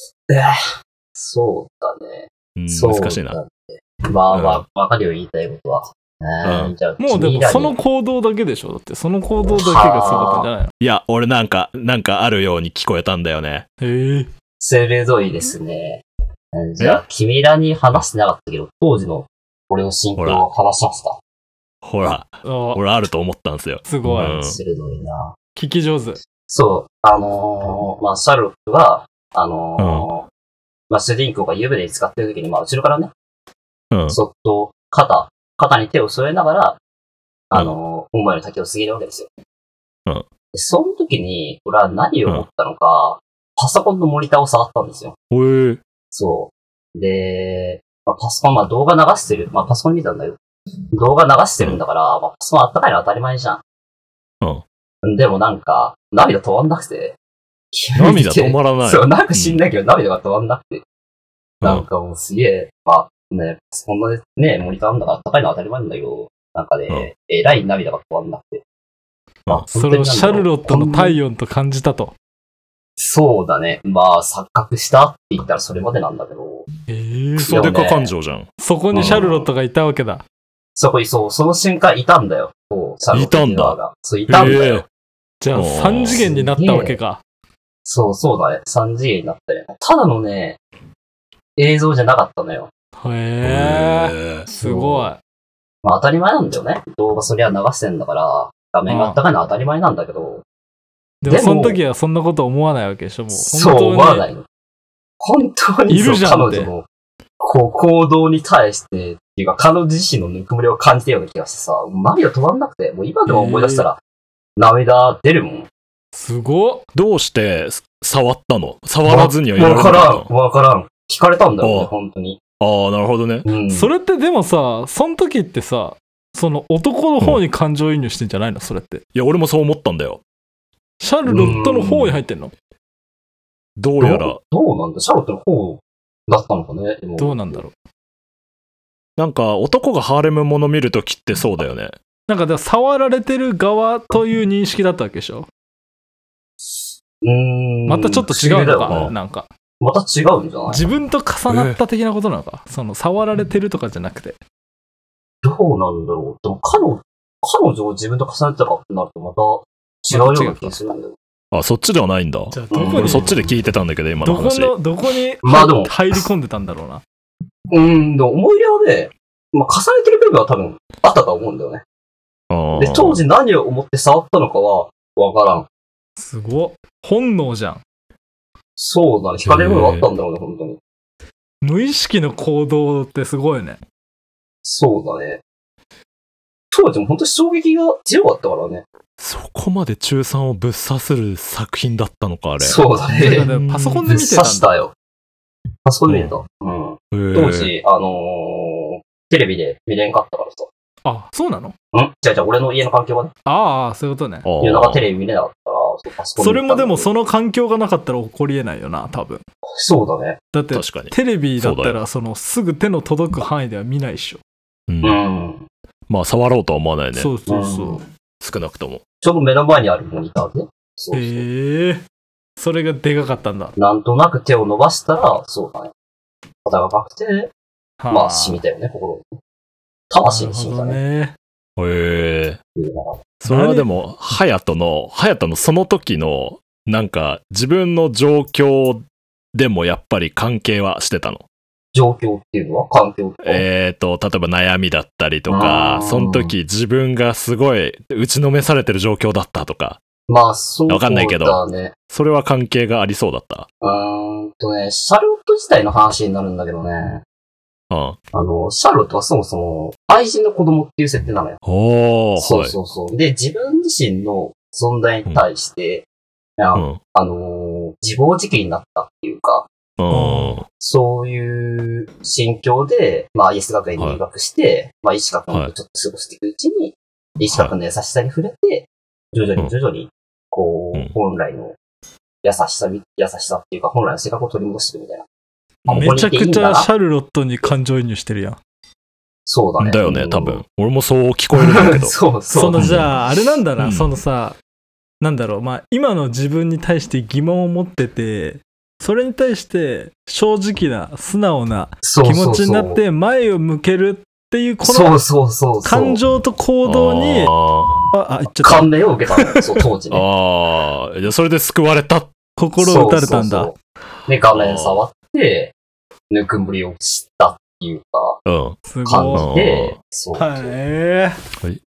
Speaker 3: そうだね。
Speaker 1: うん、
Speaker 3: そう
Speaker 1: 難しいな。
Speaker 3: だね。まあ
Speaker 1: うん
Speaker 3: まあ、わかるよ、言いたいことは。
Speaker 1: う
Speaker 3: ねじゃあ
Speaker 2: もうで
Speaker 3: 君
Speaker 2: も
Speaker 3: らに
Speaker 2: その行動だけでしょだってその行動だけがすごかったんじゃないの
Speaker 1: いや、俺なんか、なんかあるように聞こえたんだよね。
Speaker 2: へえ
Speaker 3: 鋭いですね。うんじゃあ、君らに話してなかったけど、当時の俺の心境を話しますか。
Speaker 1: ほら、
Speaker 2: お
Speaker 1: 俺あると思ったんですよ。
Speaker 2: すごい、
Speaker 1: うん
Speaker 3: 鋭いな。
Speaker 2: 聞き上手
Speaker 3: そう、あのーまあ、シャーロックは、あのーまあ、主人公が湯船に使ってる時に、まあ、後ろからね、
Speaker 1: うん。
Speaker 3: そっと肩、肩に手を添えながら、あの、お前の滝を過ぎるわけですよ。
Speaker 1: うん
Speaker 3: でその時に、俺は何を思ったのか、パソコンのモニターを触ったんですよ。
Speaker 1: ほえ
Speaker 3: そう。で、まあ、パソコン、まあ動画流してる。まあパソコン見たんだよ。動画流してるんだから、まあパソコンあったかいのは当たり前じゃん。うん。でもなんか、涙止まんなくて。
Speaker 1: 涙止まらない。
Speaker 3: そう、なんか死んだけど涙が止まんなくて。
Speaker 1: うん
Speaker 3: なんかもうすげえ、まあね、そんなね、モニターなんだから高いのは当たり前なんだけど、なんかね、
Speaker 1: うん
Speaker 3: えらい涙が止まんなくて。
Speaker 1: うん
Speaker 3: あ
Speaker 2: それをシャルロットの
Speaker 3: 対
Speaker 2: 体
Speaker 3: 応
Speaker 2: 温と感じたと
Speaker 3: そうだね。まあ、錯覚したって言ったらそれまでなんだけど、
Speaker 2: へえ
Speaker 1: クソデカ感情じゃん。
Speaker 2: そこにシャルロットがいたわけだ
Speaker 3: そこにそう、その瞬間いたんだよ。そう、シャルロット
Speaker 1: いたんだ
Speaker 3: が。そう、いたんだよ。
Speaker 1: へえ
Speaker 2: じゃあ
Speaker 1: おー
Speaker 2: 3次元になったわけか
Speaker 3: そう、そうだね。3次元になったよ。ただのね、映像じゃなかったのよ。
Speaker 2: へえ
Speaker 1: へえ
Speaker 2: すごい
Speaker 3: まあ当たり前なんだよね。動画そりゃ流してんだから、画面があったかいのは当たり前なんだけど、
Speaker 2: でも
Speaker 3: でも
Speaker 2: その時はそんなこと思わないわけでしょもう
Speaker 3: そう思わないの。本当に
Speaker 2: いるじゃん
Speaker 3: そう
Speaker 2: って
Speaker 3: 彼女のこう行動に対して、っていうか彼女自身のぬくもりを感じたような気がしてさ、涙止まんなくて、もう今でも思い出したら、涙出るもん。
Speaker 2: すごっ
Speaker 1: どうして触ったの触らずにはいられな
Speaker 3: わ
Speaker 1: か
Speaker 3: か
Speaker 1: った
Speaker 3: らん、
Speaker 1: の
Speaker 3: わからん。聞かれたんだよ
Speaker 1: お
Speaker 3: ね
Speaker 1: う、
Speaker 3: 本当に。
Speaker 1: ああ、なるほどね。
Speaker 3: うん。
Speaker 2: それってでもさその時ってさその男の方に感情移入してんじゃないのそれって
Speaker 1: いや、俺もそう思ったんだよ。
Speaker 2: シャルロットの方に入ってんの
Speaker 1: どう
Speaker 3: ど
Speaker 1: やら
Speaker 3: う、どうなんだシャーロットの方だったのかねでも
Speaker 2: どうなんだろう
Speaker 1: なんか男がハーレムもの見るときってそうだよね。
Speaker 2: なんかでも触られてる側という認識だったわけでしょ
Speaker 3: うーん。
Speaker 2: またちょっと違うの
Speaker 3: 不思議だよ
Speaker 2: か
Speaker 3: な
Speaker 2: なんか
Speaker 3: また違うんじゃない
Speaker 2: 自分と重なった的なことなのかその触られてるとかじゃなくて
Speaker 3: どうなんだろうでも彼女、彼女を自分と重ねてたかってなるとまた違うような気がするんだよね
Speaker 1: あ、そっちではないんだ。
Speaker 2: じゃあど
Speaker 3: どこ
Speaker 2: こ
Speaker 1: 俺
Speaker 2: に
Speaker 1: そっちで聞いてたんだけど、今の
Speaker 2: どこ
Speaker 1: 話。
Speaker 2: のどこに
Speaker 3: まあでも
Speaker 2: 入り込んでたんだろうな
Speaker 3: うーん、でも思い入れはね、まあ、重ねてる部分は多分あったと思うんだよね。
Speaker 1: あ
Speaker 3: で、
Speaker 1: ー
Speaker 3: 当時何を思って触ったのかはわからん。
Speaker 2: すごっ本能じゃん
Speaker 3: そうだね、惹かれる部分はあったんだろうね、本当に。
Speaker 2: 無意識の行動ってすごいね
Speaker 3: そうだね。当時も本当に衝撃が強かったからね。
Speaker 1: そこまで中3をぶっ刺する作品だったのか、あれ。
Speaker 3: そうだ
Speaker 2: てか
Speaker 3: ね。
Speaker 2: でもパソコン
Speaker 3: ぶ
Speaker 2: で
Speaker 3: っ
Speaker 2: 見
Speaker 3: 刺
Speaker 2: てたん
Speaker 3: し
Speaker 2: だ
Speaker 3: たよ。あそこで見れた。うん。
Speaker 1: へー
Speaker 3: 当時、あのーテレビで見れんかったからさ。
Speaker 2: あそうなの
Speaker 3: んじゃあじゃあ俺の家の環境はね、
Speaker 2: ああそういうことね
Speaker 1: あー
Speaker 3: 夜中テレビ見れなかったから、そうパソコン
Speaker 2: それも
Speaker 3: 見たんだ
Speaker 2: で
Speaker 3: けど
Speaker 2: もその環境がなかったら起こりえないよな多分
Speaker 3: そうだね。
Speaker 2: だって
Speaker 1: 確かに。
Speaker 2: テレビだっ
Speaker 1: そ
Speaker 2: た
Speaker 1: うだ
Speaker 2: らそのすぐ手の届く範囲では見ないでしょ
Speaker 1: うん
Speaker 3: うん。
Speaker 1: まあ、触ろうとは思わないね。
Speaker 2: そうそうそう
Speaker 1: 少なくとも。
Speaker 3: ちょうど目の前にあるモニターで、そうそう
Speaker 2: へえそれがでかかったんだ
Speaker 3: なんとなく手を伸ばしたら、そうだね。肩が硬くて、ま
Speaker 2: は
Speaker 3: あ、染みたよね、心に。魂に
Speaker 2: なる
Speaker 3: 染
Speaker 2: ほ
Speaker 3: みた
Speaker 2: ど
Speaker 3: ね。
Speaker 2: ね
Speaker 1: へえ。
Speaker 3: っていうのが
Speaker 1: それはでも、隼人の、隼人のその時の、なんか、自分の状況でもやっぱり関係はしてたの。
Speaker 3: 状況っていうのは、環境とか。
Speaker 1: えーと、例えば悩みだったりとか
Speaker 3: あ、ー
Speaker 1: その時自分がすごい打ちのめされてる状況だったとか、
Speaker 3: まあ、そうだね。
Speaker 1: わかんないけどそれは関係がありそうだった。
Speaker 3: うーんとね、シャーロット自体の話になるんだけどね、
Speaker 1: うん。
Speaker 3: あの、シャーロットはそもそも愛人の子供っていう設定なのよ。
Speaker 1: おー、
Speaker 3: そうそうそう。で、自分自身の存在に対して、あ
Speaker 1: はい。
Speaker 3: あのー自暴自棄になったっていうか、
Speaker 1: うん。うん。
Speaker 3: そういう心境で、まあ、イエス学園に入学して、まあ、医師学園とちょっと過ごしていくうちに、医師学園の優しさに触れて、徐々
Speaker 1: うん
Speaker 3: に徐々に、こう、
Speaker 1: うん
Speaker 3: 本来の優しさみ、優しさっていうか、本来の性格を取り戻していくみたいな。あ
Speaker 2: めちゃくちゃシャルロットに感情移入してるやん。
Speaker 3: そうだね。
Speaker 1: だよ
Speaker 3: う
Speaker 1: ね、
Speaker 3: ん
Speaker 1: 多
Speaker 2: [laughs]
Speaker 1: 分。。俺もそう聞こえるんだ
Speaker 3: [laughs]
Speaker 1: けど。
Speaker 3: そうそ。
Speaker 2: そうのじゃあ、あれなんだな、
Speaker 1: うん
Speaker 2: そのさ、なんだろう、まあ、今の自分に対して疑問を持ってて、それに対して正直な、素直な
Speaker 3: そう
Speaker 2: 気持ちになっ
Speaker 3: そう
Speaker 2: て、前を向けるっていう、こ
Speaker 3: そう、
Speaker 2: の
Speaker 3: そうそうそうそう。
Speaker 2: 感情と行動に、
Speaker 1: あ
Speaker 2: あ、あ、言っちゃった
Speaker 3: 感銘を受けたの
Speaker 2: [laughs]
Speaker 3: よ。そう、当時
Speaker 1: ー
Speaker 3: ね。
Speaker 1: あー。じゃあそれで救われた。
Speaker 2: 心を打たれたんだ
Speaker 3: そう。そうそう。で、画面触って、ぬくもりを知ったっていうか、
Speaker 1: うん。
Speaker 2: す
Speaker 3: 感
Speaker 2: ご
Speaker 3: じ
Speaker 1: あ
Speaker 3: で、そう。
Speaker 2: い。はい。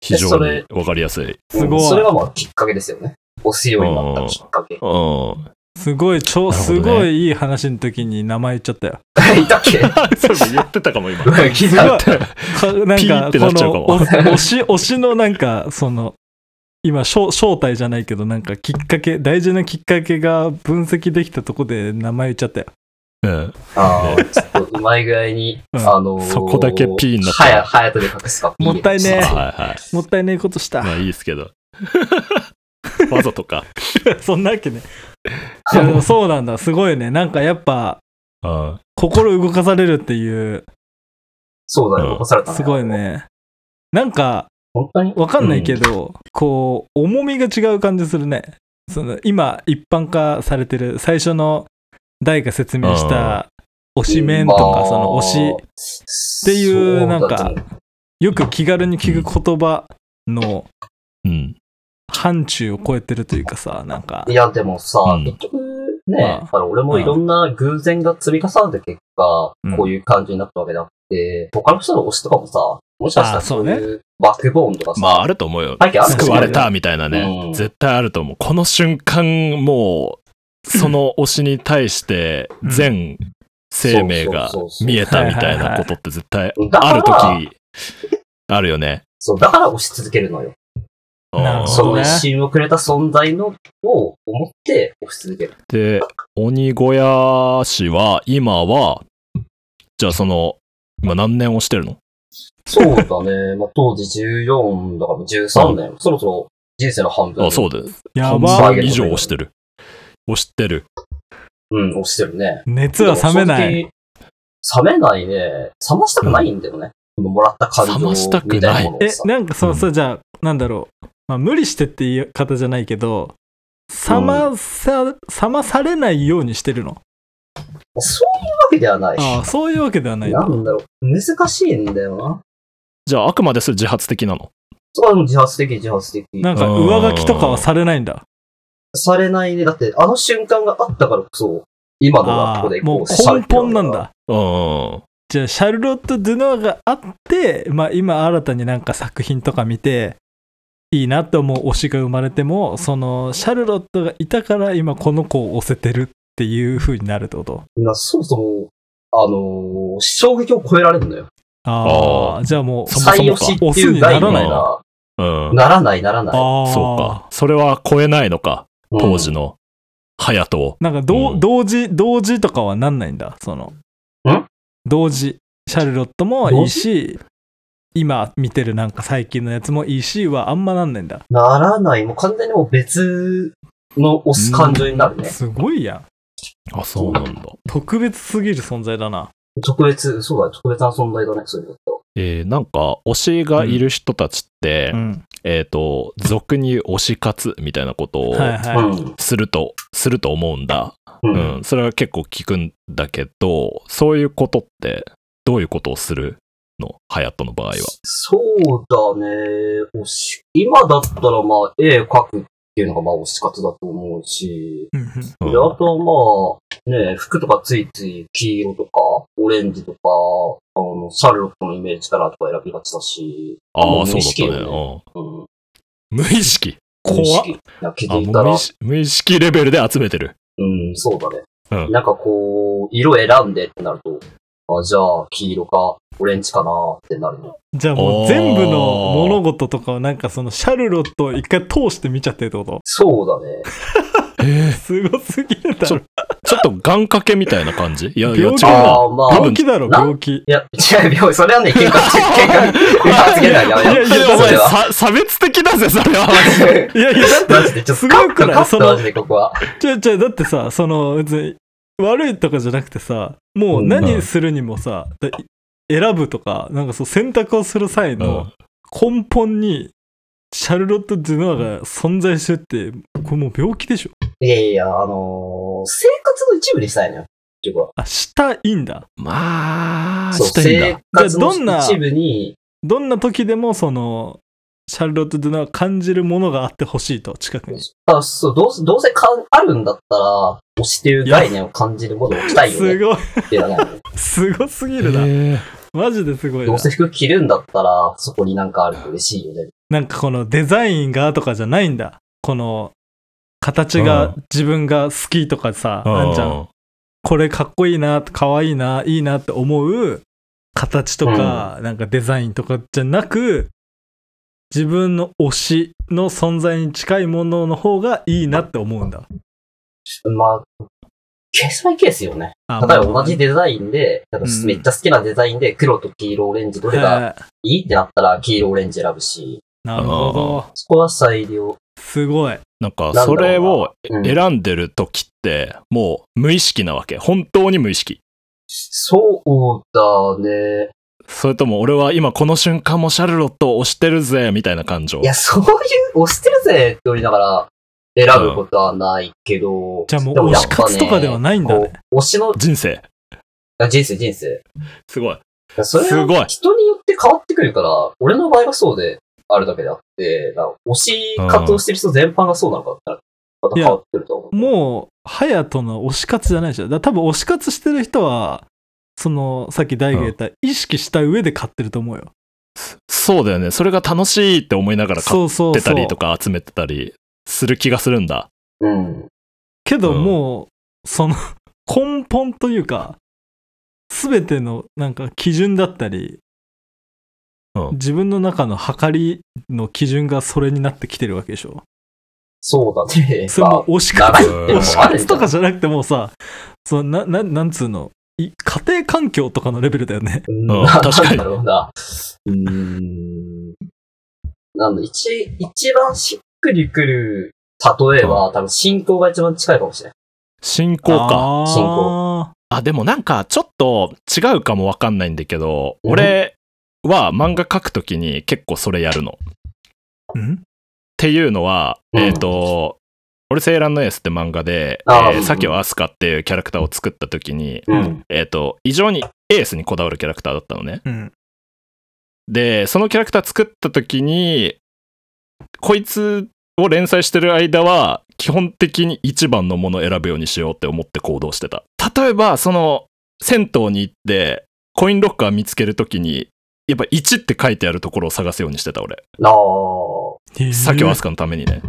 Speaker 1: 非常
Speaker 3: そ
Speaker 1: に
Speaker 3: れ
Speaker 1: わかりやす
Speaker 3: [laughs]
Speaker 1: い。
Speaker 2: すごい
Speaker 3: うんそれがまあきっかけですよね。推すようになったきっかけ。
Speaker 1: うん。
Speaker 2: すごい、
Speaker 1: な
Speaker 2: 超、
Speaker 1: るほど
Speaker 2: す
Speaker 1: ね
Speaker 2: ごいいい話の時に名前言っちゃった
Speaker 3: [laughs]
Speaker 2: よ。
Speaker 3: いたっ
Speaker 2: [laughs]
Speaker 3: け
Speaker 1: そういえば言ってたかも、
Speaker 3: [laughs]
Speaker 1: 今。
Speaker 3: 気づ
Speaker 2: すごいか
Speaker 3: か
Speaker 2: なん
Speaker 1: ピー
Speaker 2: か
Speaker 1: ってなっちゃうかも
Speaker 2: このお推し [laughs] 推しのなんかその今正正体じゃないけどなんかきっかけ大事なきっかけが分析できたとこで名前言っちゃったよ
Speaker 1: うん。
Speaker 3: あーちょっとうまい具合に、
Speaker 2: うん
Speaker 3: あのー、
Speaker 1: そこだけ P になった
Speaker 3: はや、はやとで隠すか。
Speaker 2: もったいねえ
Speaker 1: はい
Speaker 3: そう
Speaker 1: はい。
Speaker 2: もったいないことした、
Speaker 1: まあいいですけど。 [laughs] わざとか。
Speaker 2: [laughs] そんなわけねいやでもそうなんだすごいねなんかやっぱ
Speaker 1: うん。
Speaker 2: 心動かされるっていう
Speaker 3: そうだ
Speaker 1: うん
Speaker 3: よ、残された
Speaker 2: すごい。ねなんか
Speaker 3: 本当に
Speaker 2: わかんないけど、こう重みが違う感じするねその今一般化されてる最初の誰が説明した推しメンとかその推し
Speaker 3: し
Speaker 2: っていうなんかよく気軽に聞く言葉の
Speaker 1: うん。
Speaker 2: 範疇を超えてるというかさなんか
Speaker 3: いや、でもさ、
Speaker 1: うん
Speaker 3: 結局
Speaker 2: ま
Speaker 3: ね、
Speaker 2: あ
Speaker 3: やっぱり俺もいろんな偶然が積み重なった結果、
Speaker 2: うん
Speaker 3: こういう感じになったわけだって、他の人の推しとかもさ、もしかした
Speaker 2: あ
Speaker 3: ら
Speaker 2: そ
Speaker 3: そうう
Speaker 2: ね
Speaker 3: いうバックボーンとかさ、
Speaker 1: まああると思うよ。
Speaker 3: 背景ある
Speaker 1: 救われたみたいな
Speaker 3: う
Speaker 1: ね
Speaker 3: ん。
Speaker 1: 絶対あると思う。この瞬間、もう、その推しに対して
Speaker 2: うん
Speaker 1: 全生命が
Speaker 3: そうそうそうそう
Speaker 1: 見えたみたいなことって絶対
Speaker 3: だか
Speaker 1: ある
Speaker 3: ら、
Speaker 1: 時あるよね。
Speaker 3: そう、だから推し続けるのよ。
Speaker 1: うん
Speaker 2: なるほ
Speaker 3: そ
Speaker 2: ど
Speaker 3: の
Speaker 2: ね
Speaker 3: 一心をくれた存在のを思って推し続ける。
Speaker 1: で、鬼小屋氏は今は、じゃあその、今何年をしてるの
Speaker 3: そうだね。 [laughs] まあ、当時14だから13年、そろそろ人生の半分。。
Speaker 1: あ、そううです。
Speaker 2: や
Speaker 1: 半
Speaker 2: ば
Speaker 3: ば
Speaker 1: 分以上をしてる。をしてる。
Speaker 3: うん、推してるね。
Speaker 2: 熱は冷めない。
Speaker 3: 冷めないね。冷ましたくないんだよね。このもらった感情
Speaker 1: 冷ましたくない
Speaker 3: みたいなもの
Speaker 2: え
Speaker 3: をさ。
Speaker 2: なんか
Speaker 1: う
Speaker 2: そ
Speaker 1: ん
Speaker 2: うそうじゃあなんだろう、まあ、無理してっていう方じゃないけど冷まさ冷まされないようにしてるの
Speaker 3: そういうわけではない。
Speaker 2: ああそういうわけではない
Speaker 3: なんだろう。難しいんだよな。
Speaker 1: じゃああくまでそれ自発的なの
Speaker 3: そこは自発的、自発的。
Speaker 2: なんか上書きとかはされないんだ
Speaker 3: されないね。だって、あの瞬間があったからこそ、今の
Speaker 2: あ
Speaker 3: 学校で
Speaker 2: あ
Speaker 3: こ
Speaker 2: も
Speaker 3: う
Speaker 2: う
Speaker 3: され
Speaker 2: 根
Speaker 3: てるわ
Speaker 2: 本
Speaker 3: け
Speaker 2: な
Speaker 3: だ
Speaker 2: ん
Speaker 3: から
Speaker 2: だ
Speaker 1: うん。
Speaker 2: じゃあシャルロット・ドゥノアがあって、まあ、今新たになんか作品とか見ていいなと思う推しが生まれてもそのシャルロットがいたから今この子を推せてるっていう風になるってこと
Speaker 3: な、そもそも、あのー衝撃を超えられるのよ。
Speaker 1: あ
Speaker 2: ああじゃあもう
Speaker 1: そもそ
Speaker 3: 最
Speaker 1: も
Speaker 3: 推
Speaker 1: か
Speaker 3: しっていう概念
Speaker 1: オスになら
Speaker 3: が、
Speaker 1: うん。
Speaker 3: ならない、ならない。
Speaker 2: ああ
Speaker 1: そうか。それは超えないのか。
Speaker 3: うん
Speaker 1: 当時の、隼人を。
Speaker 2: なんか同,、
Speaker 1: うん
Speaker 2: 同時同時とかはなんないんだその
Speaker 3: ん
Speaker 2: 同時シャルロットもいいし今見てるなんか最近のやつもいいしはあんまなんないんだ
Speaker 3: ならない。もう完全にもう別の押す感情になるね。
Speaker 2: すごいやん
Speaker 1: あ、そうなんだ。
Speaker 2: 特別すぎる存在だな
Speaker 3: 特別、そうだね、特別な存在だね、そういうこと。
Speaker 1: えーなんか、推しがいる人たちって、
Speaker 2: うん、
Speaker 1: えっ、と、俗に推し活みたいなことを
Speaker 2: はいはい、
Speaker 3: うん。
Speaker 1: すると、すると思うんだ。
Speaker 3: う。
Speaker 1: うんん。それは結構聞くんだけど、そういうことって、どういうことをするの隼人の場合は。
Speaker 3: そうだね、押し、今だったらまあ、絵描くっていうのがまあ、押し活だと思うし、
Speaker 2: うんうん
Speaker 1: う
Speaker 3: で、
Speaker 1: ん
Speaker 3: あとはまあ、ね、服とかついつい黄色とか、オレンジとか、あの、シャルロットのイメージからとか選びがちだし、
Speaker 1: あ
Speaker 3: も
Speaker 1: あ、
Speaker 3: う
Speaker 1: そ
Speaker 3: 無
Speaker 1: うだ
Speaker 3: 意
Speaker 1: っ
Speaker 3: 識
Speaker 1: た
Speaker 3: よ
Speaker 1: ね
Speaker 3: ね。
Speaker 1: うん
Speaker 3: うん。
Speaker 1: 無意識
Speaker 2: 怖っ。
Speaker 3: っ。気
Speaker 1: あ、
Speaker 3: づい
Speaker 1: も
Speaker 3: た
Speaker 1: う無
Speaker 3: ら
Speaker 1: 意、識無意識レベルで集めてる。
Speaker 3: うん、そうだね。
Speaker 1: うん
Speaker 3: なんかこう、色選んでってなると、あ、じゃあ、黄色か、オレンジかなってなるの。
Speaker 2: じゃあもう全部の物事とかをなんかそのシャルロットを一回通して見ちゃってるってこと
Speaker 3: そうだね。
Speaker 1: え
Speaker 2: すごすぎるだ
Speaker 1: ちょ
Speaker 2: ろ。
Speaker 1: ーちょっと願掛けみたいな感じいや、いや、違
Speaker 2: 病
Speaker 1: う
Speaker 2: 気
Speaker 1: な。
Speaker 3: ああ、まあ、
Speaker 2: 病気だろ、
Speaker 3: な
Speaker 2: 病気。
Speaker 3: いや、違うよ。それはね、喧嘩
Speaker 1: [laughs]
Speaker 3: して、喧嘩、喧嘩つけない。やめよう。
Speaker 1: いや、お
Speaker 3: そ
Speaker 1: 前
Speaker 3: れは。
Speaker 1: さ、差別的だぜ、それは。
Speaker 2: いやいや、だ
Speaker 3: マ
Speaker 2: っ
Speaker 3: ジで、ち
Speaker 2: て、
Speaker 3: ょっ
Speaker 2: す
Speaker 3: とカ
Speaker 2: ご
Speaker 3: ッ
Speaker 2: く
Speaker 3: ト、
Speaker 2: な
Speaker 3: カ
Speaker 2: いそ
Speaker 3: ット、マ
Speaker 2: の
Speaker 3: ジ、で、ここは。
Speaker 2: ちょいちょい、だってさ、その、別に、悪いとかじゃなくてさ、もう何するにもさ、だ選ぶとか、なんかそう、選択をする際
Speaker 1: う
Speaker 2: の
Speaker 1: ん
Speaker 2: 根本に、シャルロット・デュノアが存在してるって、これもう病気でしょ
Speaker 3: いやいや、あのー生活の一部にしたいのよ。結局は。
Speaker 2: あ、したいんだ。
Speaker 1: まあ、
Speaker 3: そう、
Speaker 1: したいん
Speaker 3: 生
Speaker 1: だ。
Speaker 3: 活
Speaker 2: じゃあどんな
Speaker 3: の一部に、
Speaker 2: どんな時でも、その、シャルロット・デュノアが感じるものがあってほしいと、近くに。
Speaker 3: あそう、どうせ、どうせかん、あるんだったら、推しっていう概念を感じるものをしたいよ
Speaker 2: す
Speaker 3: ね
Speaker 2: ごい、
Speaker 3: っていうのはないのね
Speaker 2: すごすぎるな。
Speaker 1: えー
Speaker 2: マジですごい
Speaker 3: ど
Speaker 2: な
Speaker 3: う。せ服着るんだったら、そこになんかあると嬉しいよね。
Speaker 2: なんかこのデザインがとかじゃないんだ。この形
Speaker 1: う
Speaker 2: が自分が好きとかさ、あんじゃん。これかっこいいな、かわいいな、いいなって思う形とか、なんかデザインとかじゃなく、自分の推しの存在に近いものの方がいいなって思うんだ。
Speaker 3: まあ、ケースバイケースよね。
Speaker 2: あ
Speaker 3: 例えば同じデザインで、なんか
Speaker 2: うん
Speaker 3: めっちゃ好きなデザインで、黒と黄色、オレンジどれが
Speaker 2: はい
Speaker 3: いってなったら、黄色、オレンジ選ぶし、
Speaker 2: なるほど。
Speaker 3: そこは裁量。
Speaker 2: すごい。
Speaker 1: なんか、それを
Speaker 3: うん
Speaker 1: 選んでる時って、もう無意識なわけ。本当に無意識。
Speaker 3: そうだね。
Speaker 1: それとも、俺は今この瞬間もシャルロットを押してるぜ、みたいな感情。
Speaker 3: いや、そういう、押してるぜって言いながら、選ぶことはないけど。
Speaker 2: じゃあもう
Speaker 3: で
Speaker 2: 推
Speaker 3: やっ
Speaker 2: し
Speaker 3: ぱ
Speaker 2: 活とかではないんだね。
Speaker 3: こう推しの、
Speaker 1: 人生。
Speaker 3: あ人生人生。
Speaker 1: すごい。
Speaker 3: それ
Speaker 1: すごい
Speaker 3: は人によって変わってくるから、俺の場合はそうであるだけであって、なんか推し活をしてる人全般がそうなのかって言ったら、また変わってくると思う。
Speaker 2: もう、ハヤトの推し活じゃないでしょ。だから多分推し活してる人は、その、さっき大が言った、意識した上で買ってると思うよ。
Speaker 1: そうだよね。それが楽しいって思いながら買っ
Speaker 2: そうそう
Speaker 1: て
Speaker 2: そ
Speaker 1: た
Speaker 2: う
Speaker 1: り。とか集めてたりする気がするんだ。
Speaker 3: うん。
Speaker 2: けど
Speaker 1: うん
Speaker 2: もう、その、 [laughs] 根本というか、すべてのなんか基準だったり、
Speaker 1: うん
Speaker 2: 自分の中の測りの基準がそれになってきてるわけでし
Speaker 1: [laughs]
Speaker 2: ょ。
Speaker 3: そうだね。
Speaker 2: それも推し
Speaker 3: まあ、
Speaker 2: 活、
Speaker 1: うん
Speaker 3: 長い
Speaker 2: 推
Speaker 3: って
Speaker 2: し
Speaker 3: のもある
Speaker 2: 活
Speaker 3: んだ
Speaker 2: とかじゃなくてもうさ、そのな、ななんつうの、い家庭環境とかのレベルだよね。
Speaker 3: うん
Speaker 1: うん確かに
Speaker 3: なんだろうな。うーん。なんだ、一、一番しっくりくる例えは、多分信仰が一番近いかもしれない。
Speaker 1: 信仰か。
Speaker 2: あー
Speaker 3: 信仰
Speaker 1: あ、でもなんかちょっと違うかもわかんないんだけど、
Speaker 3: うん
Speaker 1: 俺は漫画描くときに結構それやるの。っ
Speaker 2: うん
Speaker 1: ていうのは、
Speaker 3: うん
Speaker 1: えっ、と、俺、セーランのエースって漫画で、え
Speaker 3: あー
Speaker 1: ー
Speaker 3: うん
Speaker 1: さっきはアスカっていうキャラクターを作ったときに、
Speaker 3: うん。
Speaker 1: えっ、と、異常にエースにこだわるキャラクターだったのね。
Speaker 2: うん。
Speaker 1: でそのキャラクター作った時にこいつを連載してる間は基本的に一番のものを選ぶようにしようって思って行動してた例えばその銭湯に行ってコインロッカー見つける時にやっぱ1って書いてあるところを探すようにしてた俺
Speaker 3: なあ。
Speaker 1: さっきはアスカのためにね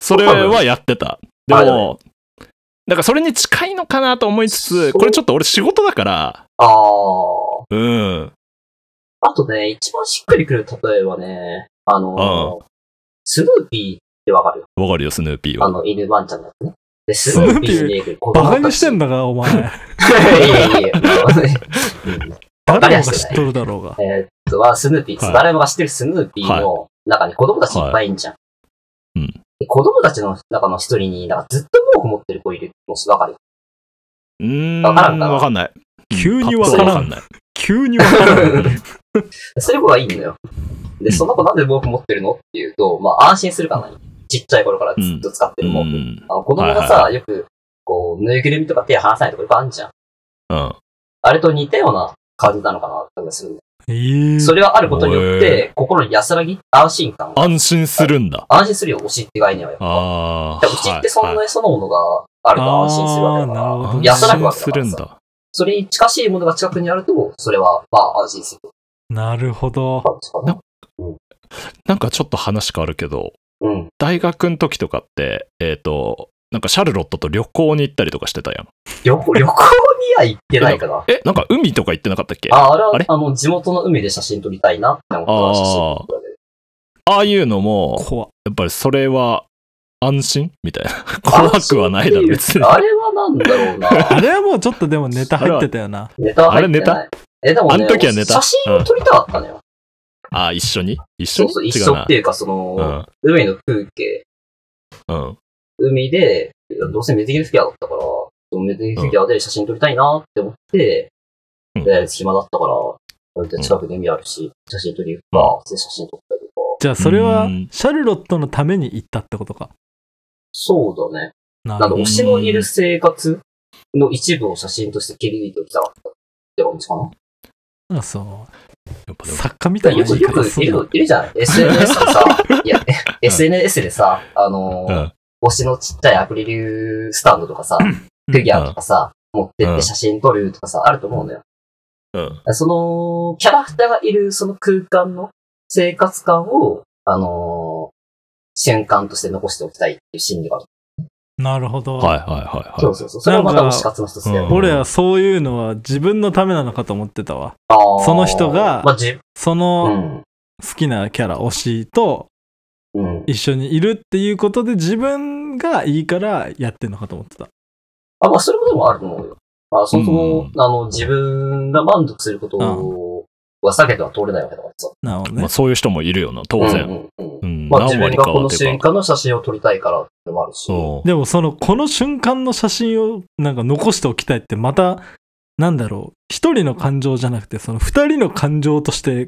Speaker 1: それはやってたで
Speaker 3: はい
Speaker 1: もなんかそれに近いのかなと思いつつこれちょっと俺仕事だから
Speaker 3: ああ。
Speaker 1: うん
Speaker 3: あとね、一番しっくりくる例えばね、あのースヌーピーってわかる
Speaker 1: わかるよスヌーピー
Speaker 3: あ
Speaker 1: は
Speaker 3: の、犬ワンちゃんだってね。で、ス
Speaker 1: ス
Speaker 2: ヌ
Speaker 3: ヌ
Speaker 2: ー
Speaker 3: ー
Speaker 2: ピ
Speaker 3: ピ
Speaker 2: ー
Speaker 3: ーに出てくる子供
Speaker 2: バカ
Speaker 3: たち。
Speaker 2: にしてんだが、お前。
Speaker 3: いやいやいやまあねうん
Speaker 2: [laughs] 誰もが知っとるだろうが。
Speaker 3: えーっと、はスヌーピー、
Speaker 1: はい
Speaker 3: 誰もが知ってるスヌーピーの中に子供たちいっぱいいんじゃん。
Speaker 1: いうん
Speaker 3: で子供たちの中の一人に、なんかずっと毛布持ってる子いるのわかる
Speaker 1: うーん
Speaker 3: わからんかな
Speaker 1: わかんない
Speaker 2: 急にわ
Speaker 1: わ
Speaker 2: か
Speaker 1: からら
Speaker 2: ん
Speaker 1: ん。ない
Speaker 2: 急にわからん。
Speaker 3: [laughs] それ子がいいんだよ。
Speaker 1: うん
Speaker 3: で、その子なんで毛布持ってるのって言うと、まあ安心するかな。ちっちゃい頃からずっと使ってる毛布。
Speaker 1: うん
Speaker 3: あの子供が
Speaker 1: はい
Speaker 3: さ、よく、こう、ぬいぐるみとか手離さないとこよくあんじゃん。
Speaker 1: うん
Speaker 3: あれと似たような感じなのかなって感じがするんだよ
Speaker 2: えー
Speaker 3: それがあることによっ
Speaker 1: へ
Speaker 3: て、心に安らぎ安心感が。
Speaker 1: 安心するんだ。
Speaker 3: 安心するよ、推しって概念はよ。
Speaker 1: ああ。
Speaker 3: 推しってそん
Speaker 1: はい
Speaker 3: なにそのものがあるから安心するわけだか
Speaker 2: あーなるほ
Speaker 3: ら
Speaker 2: ど。
Speaker 1: はい
Speaker 3: 安らぐわ
Speaker 1: 安心す
Speaker 3: けだか
Speaker 1: る
Speaker 3: ら
Speaker 1: ん
Speaker 3: さ。
Speaker 1: だ。
Speaker 3: それに近しいものが近くにあると、それは、まあ、安心する
Speaker 2: なるほど。
Speaker 3: 感じかな。
Speaker 1: なんかちょっと話変わるけど、
Speaker 3: うん。
Speaker 1: 大学の時とかって、えっ、と、なんかシャルロットと旅行に行ったりとかしてたやん。
Speaker 3: 旅 [laughs] 行、旅行には行ってないかな。
Speaker 1: え、なんか海とか行ってなかったっけあ
Speaker 3: あ、あれは
Speaker 1: あれ
Speaker 3: あの、地元の海で写真撮りたいなって思ったら写真撮ったけど
Speaker 1: あいうのも、
Speaker 2: 怖っ
Speaker 1: やっぱりそれは安心みたいな。 [laughs] 怖くはないだろ、別に。
Speaker 3: あれはなんだろ
Speaker 1: [laughs]
Speaker 3: うな。
Speaker 2: あれはもうちょっとでもネタ入ってたよな。
Speaker 3: ネタ入って
Speaker 1: あ
Speaker 3: ない。え、でもね、
Speaker 1: あの時はネタ
Speaker 3: 写真を撮りたかったのよ。
Speaker 1: あ、一緒に一緒
Speaker 3: そう
Speaker 1: に
Speaker 3: そ
Speaker 1: 違
Speaker 3: う、一
Speaker 1: う
Speaker 3: 緒
Speaker 1: な
Speaker 3: って。いうか、その、海の風景、
Speaker 1: うん。うん。
Speaker 3: 海で、どうせ水着フィギュアだったから、水着フィギュアで写真撮りたいなって思って、
Speaker 1: うん
Speaker 3: で、暇だったから、近くで海あるし、写真撮りに行くか、で写真撮ったりとか。
Speaker 2: じゃあそれは
Speaker 1: うん
Speaker 2: シャルロットのために行ったってことか。
Speaker 3: そうだね。
Speaker 2: な
Speaker 3: な
Speaker 2: るほど。
Speaker 3: んか推しのいる生活の一部を写真として切り抜いておきたかったって感じかな。
Speaker 2: あそ
Speaker 1: やっぱ
Speaker 2: う。
Speaker 1: でも
Speaker 2: 作家みたいな
Speaker 3: よ
Speaker 2: 言
Speaker 3: く、
Speaker 2: い
Speaker 3: よ
Speaker 2: 方
Speaker 3: く
Speaker 2: す
Speaker 3: い
Speaker 2: んな
Speaker 3: る、いるじゃない ?SNS
Speaker 2: [laughs]
Speaker 3: でさ、いや、SNS でさ、あの
Speaker 1: う
Speaker 3: ー、
Speaker 1: ん。
Speaker 3: 推しのちっちゃいアクリルスタンドとかさ、フィギュアとかさ、持ってって写真撮るとかさ、あると思うのよ。
Speaker 1: うん。
Speaker 3: その、キャラクターがいるその空間の生活感を、あのー瞬間として残しておきたいっていう心理がある。
Speaker 2: なるほど。
Speaker 1: はいはいはいはい。
Speaker 3: そうそうそう。それはまた
Speaker 2: なん
Speaker 3: 推
Speaker 2: か
Speaker 3: し活の一つだよね。
Speaker 2: 俺はそういうのは自分のためなのかと思ってたわ。
Speaker 3: あー
Speaker 2: その人が
Speaker 3: まあ、じ、
Speaker 2: そうの
Speaker 3: ん。
Speaker 2: 好きなキャラ推しと
Speaker 3: うん。
Speaker 2: 一緒にいるっていうことで自分がいいからやってんのかと思ってた。
Speaker 3: あ、まあ、それもでもあると思うよ。まあ、そもそも、
Speaker 1: う
Speaker 3: あの、自分が満足することは避けては通れないわけだからさ。
Speaker 2: なるほど
Speaker 1: ま
Speaker 2: ね
Speaker 1: あ、。そういう人もいるよな、当然。
Speaker 3: うんうんうん
Speaker 1: うん。
Speaker 3: まあ、自
Speaker 1: 何割
Speaker 3: 分が
Speaker 1: か
Speaker 3: この
Speaker 1: はて
Speaker 3: 瞬
Speaker 1: か。
Speaker 3: 間の写真を撮りたいからってのもあるし。
Speaker 1: そう。
Speaker 2: でもそのこの瞬間の写真をなんか残しておきたいってまたなんだろう一人の感情じゃなくてその二人の感情として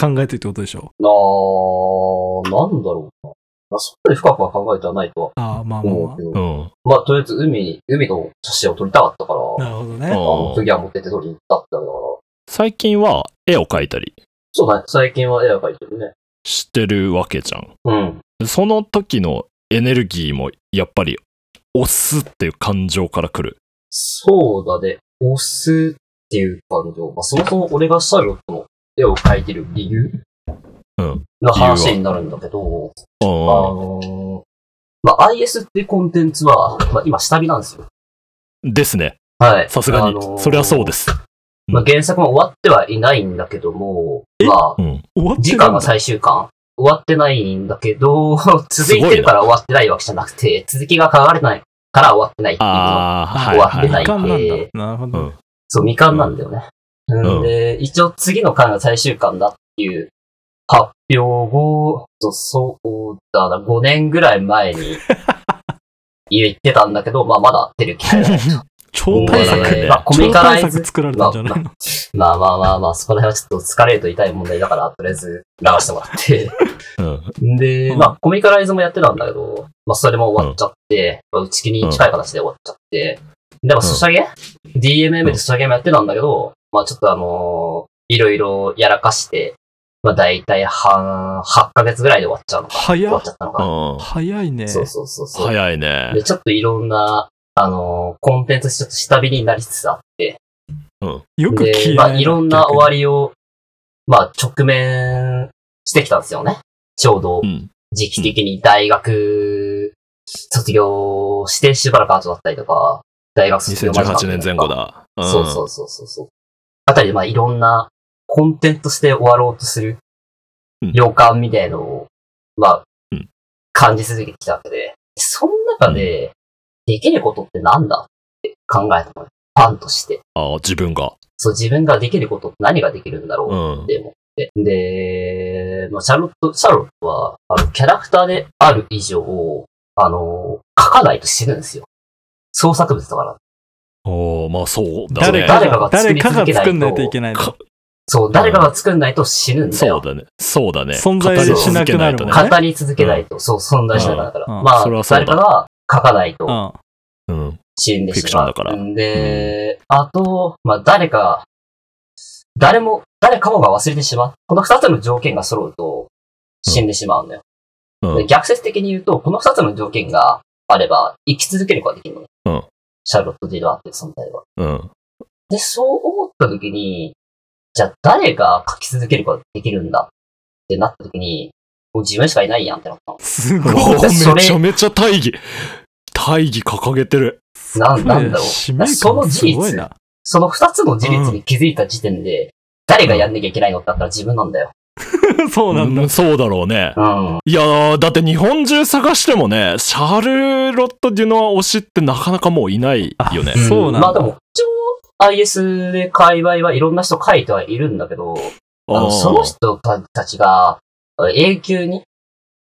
Speaker 2: 考えてるってことでしょ
Speaker 3: なあ、なんだろうな。まあ、そこまで深くは考えてはないとは
Speaker 2: ああまあまあ
Speaker 3: 思
Speaker 2: ま
Speaker 3: うけど。
Speaker 1: うん。
Speaker 3: まあ、とりあえず海に、海の写真を撮りたかったから、
Speaker 2: あな
Speaker 3: あ
Speaker 2: るほど
Speaker 1: う
Speaker 2: ね
Speaker 1: ん
Speaker 3: の、次は持ってって撮りに行ったってだけだから。
Speaker 1: 最近は絵を描いたり
Speaker 3: そうだね、最近は絵を描いてるね。
Speaker 1: してるわけじゃん。
Speaker 3: うん。
Speaker 1: でその時のエネルギーもやっぱり押すっていう感情から来る。
Speaker 3: そうだね、押すっていう感情。まあ、そもそも俺がシャーロットの絵を描いてる理由
Speaker 1: うん。
Speaker 3: の話になるんだけど、
Speaker 1: う
Speaker 3: あ
Speaker 1: ん。
Speaker 3: のーまあ、IS っていうコンテンツは、まあ、今下火なんですよ。
Speaker 1: ですね。
Speaker 3: はい。。
Speaker 1: さすがに、それはそうですす。
Speaker 3: まあ、原作も終わってはいないんだけども、まあ、
Speaker 1: うん。
Speaker 2: 終わって
Speaker 3: 時
Speaker 2: るん
Speaker 3: 間が
Speaker 2: だ
Speaker 3: 最終巻。終わってないんだけ
Speaker 1: [laughs]
Speaker 3: ど、続いてるから終わってないわけじゃなくて、続きが書かれないから終わってないっていうのが
Speaker 1: ああ、は
Speaker 3: 終
Speaker 1: い
Speaker 3: わ
Speaker 1: は
Speaker 3: って
Speaker 1: い
Speaker 3: な
Speaker 1: はいい。
Speaker 2: 時間なんだ
Speaker 3: え
Speaker 2: なるほ
Speaker 1: う
Speaker 2: ど
Speaker 1: ん
Speaker 3: そう、未完なんだよね。うん、で、一応次の巻が最終巻だっていう発表を、そうそうだな、5年ぐらい前に言ってたんだけど、まあ [laughs] まだ出る気配がないと。
Speaker 2: 超大
Speaker 1: 終わらない
Speaker 2: 作
Speaker 1: ね
Speaker 3: まあ、コミ
Speaker 2: 超
Speaker 3: カラ
Speaker 2: 大
Speaker 3: イズ
Speaker 2: 作。作られたんじゃないの
Speaker 3: まあまあまあまあ、そこら辺はちょっと疲れると痛い問題だから、とりあえず流してもらって。
Speaker 1: [laughs] うん。
Speaker 3: で、
Speaker 2: うん
Speaker 3: まあ、コミカライズもやってたんだけど、まあ、それも終わっちゃって、まあ打ち切りに近い形で終わっちゃって、で、まあ、ソシャゲ、?DMM でソシャゲもやってたんだけど、まあ、ちょっとあのーいろいろやらかして、まあ、だいたい半、8ヶ月ぐらいで終わっちゃうのか。終
Speaker 2: 早
Speaker 3: わ
Speaker 2: っ
Speaker 3: っちゃったのか。
Speaker 1: うん
Speaker 2: 早いね
Speaker 3: そうそうそうそう。
Speaker 1: 早いね
Speaker 3: で、。ちょっといろんな、あのーコンテンツちょっと下火になりつつあって、
Speaker 2: よく
Speaker 3: で、
Speaker 2: 消え
Speaker 3: ま
Speaker 2: ない
Speaker 3: あ、いろんな終わりを、まあ、直面してきたんですよね。ちょうど
Speaker 1: う、ん。
Speaker 3: 時期的に大学卒業してしばらく後だったりとか、大学卒業間近だった
Speaker 1: 2018
Speaker 3: り
Speaker 1: 年
Speaker 3: と
Speaker 1: 前後。
Speaker 3: か
Speaker 1: だ。ん
Speaker 3: そうそうそうそうそう。あたりでまあいろんなコンテンツとして終わろうとする
Speaker 1: うん
Speaker 3: 予感みたいのを、まあ、
Speaker 1: うん
Speaker 3: 感じ続けてきたわけで、その中で、できることってなんだって考えたのよ。ファンとして。
Speaker 1: ああ、自分が。
Speaker 3: そう、自分ができることって何ができるんだろう
Speaker 1: うん。
Speaker 3: でもって。で、まあ、シャーロット、シャーロットは、あの、キャラクターである以上、あの、書かないと死ぬんですよ。創作物だから。
Speaker 1: おおまあそうだ
Speaker 2: 誰
Speaker 1: ね。
Speaker 2: か
Speaker 3: 誰か
Speaker 2: が
Speaker 3: が
Speaker 2: 誰
Speaker 3: 作り
Speaker 2: か
Speaker 3: 続けな
Speaker 2: が
Speaker 3: いと
Speaker 2: 作んないといけないの
Speaker 1: か
Speaker 3: そう、誰かが作んないと死ぬんだ
Speaker 1: そう
Speaker 3: よ。
Speaker 1: だね。そうだね。
Speaker 2: 存在
Speaker 1: 語り続けいと
Speaker 2: しなくなるもん
Speaker 1: ね
Speaker 2: ね
Speaker 3: 語り続けないと、そう、存在しないから。
Speaker 2: うんうん
Speaker 3: まあ
Speaker 1: それは、そう
Speaker 3: 誰
Speaker 1: だ
Speaker 3: かが書かないと
Speaker 2: うん
Speaker 1: うん。
Speaker 3: 死んで
Speaker 1: フィク
Speaker 3: し
Speaker 1: ション
Speaker 3: まう。
Speaker 1: だから
Speaker 3: で、あと、まあ、誰か、誰も、誰かもが忘れてしまう。この二つの条件が揃うと、死んでしまうんだよ。
Speaker 1: うん。
Speaker 3: で逆説的に言うと、この二つの条件があれば、生き続けることができるのね。
Speaker 1: うん
Speaker 3: シャーロット・ディルアーっていう存在は。
Speaker 1: うん。
Speaker 3: で、そう思った時に、じゃあ誰が書き続けることができるんだってなった時に、もう自分しかいないやんってなったの。
Speaker 2: すごい。
Speaker 1: おー
Speaker 3: そ
Speaker 1: め
Speaker 3: れ
Speaker 1: ちゃめちゃ大義。大義掲げてる。
Speaker 3: なんなんだろう
Speaker 2: 使命感すごいな。
Speaker 3: その二つの事実に気づいた時点で、誰がやんなきゃいけないのってなったら自分なんだよ。
Speaker 2: [laughs] そうなんだ
Speaker 1: う。そうだろうね。
Speaker 3: うん。
Speaker 1: いやー、だって日本中探してもね、シャルロット・デュノア推しってなかなかもういないよね
Speaker 2: あ。そうなんだ
Speaker 3: まあでも、一応 IS で界隈はいろんな人書いてはいるんだけど、あ
Speaker 1: あー
Speaker 3: のその人たちが永久に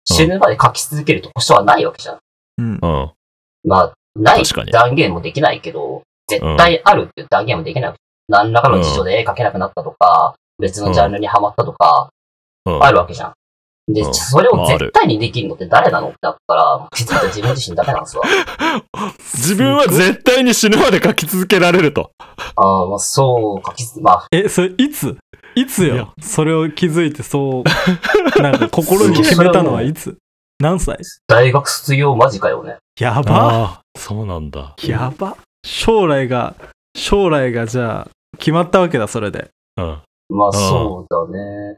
Speaker 3: 死ぬまで書き続けると保証はないわけじゃん。
Speaker 2: うん
Speaker 1: う。ん。
Speaker 3: まあ、ない
Speaker 1: 確かに
Speaker 3: 断言もできないけど、絶対あるっていう断言もできない。何らかの事情で絵描けなくなったとか、別のジャンルにハマったとか、
Speaker 1: うん、
Speaker 3: あるわけじゃん。で、
Speaker 1: うん
Speaker 3: それ
Speaker 1: ま
Speaker 3: を
Speaker 1: あある
Speaker 3: 絶対にできるのって誰なのってなったら、気づいた自分自身だけなんですわ。
Speaker 1: 自分は絶対に死ぬまで書き続けられると。
Speaker 3: ああ、まあそう書きつ、まあ、
Speaker 2: え、それいついつ
Speaker 1: い
Speaker 2: よ
Speaker 1: や。
Speaker 2: それを気づいて [laughs] そう、なんか心に決めたのはいつ何歳
Speaker 3: 大学卒業間近よね。
Speaker 2: やば。
Speaker 1: ああー、そうなんだ。
Speaker 2: やば。将来が、将来がじゃあ、決まったわけだ、それで。
Speaker 1: うん。
Speaker 3: まあ
Speaker 1: ん
Speaker 3: そうだね。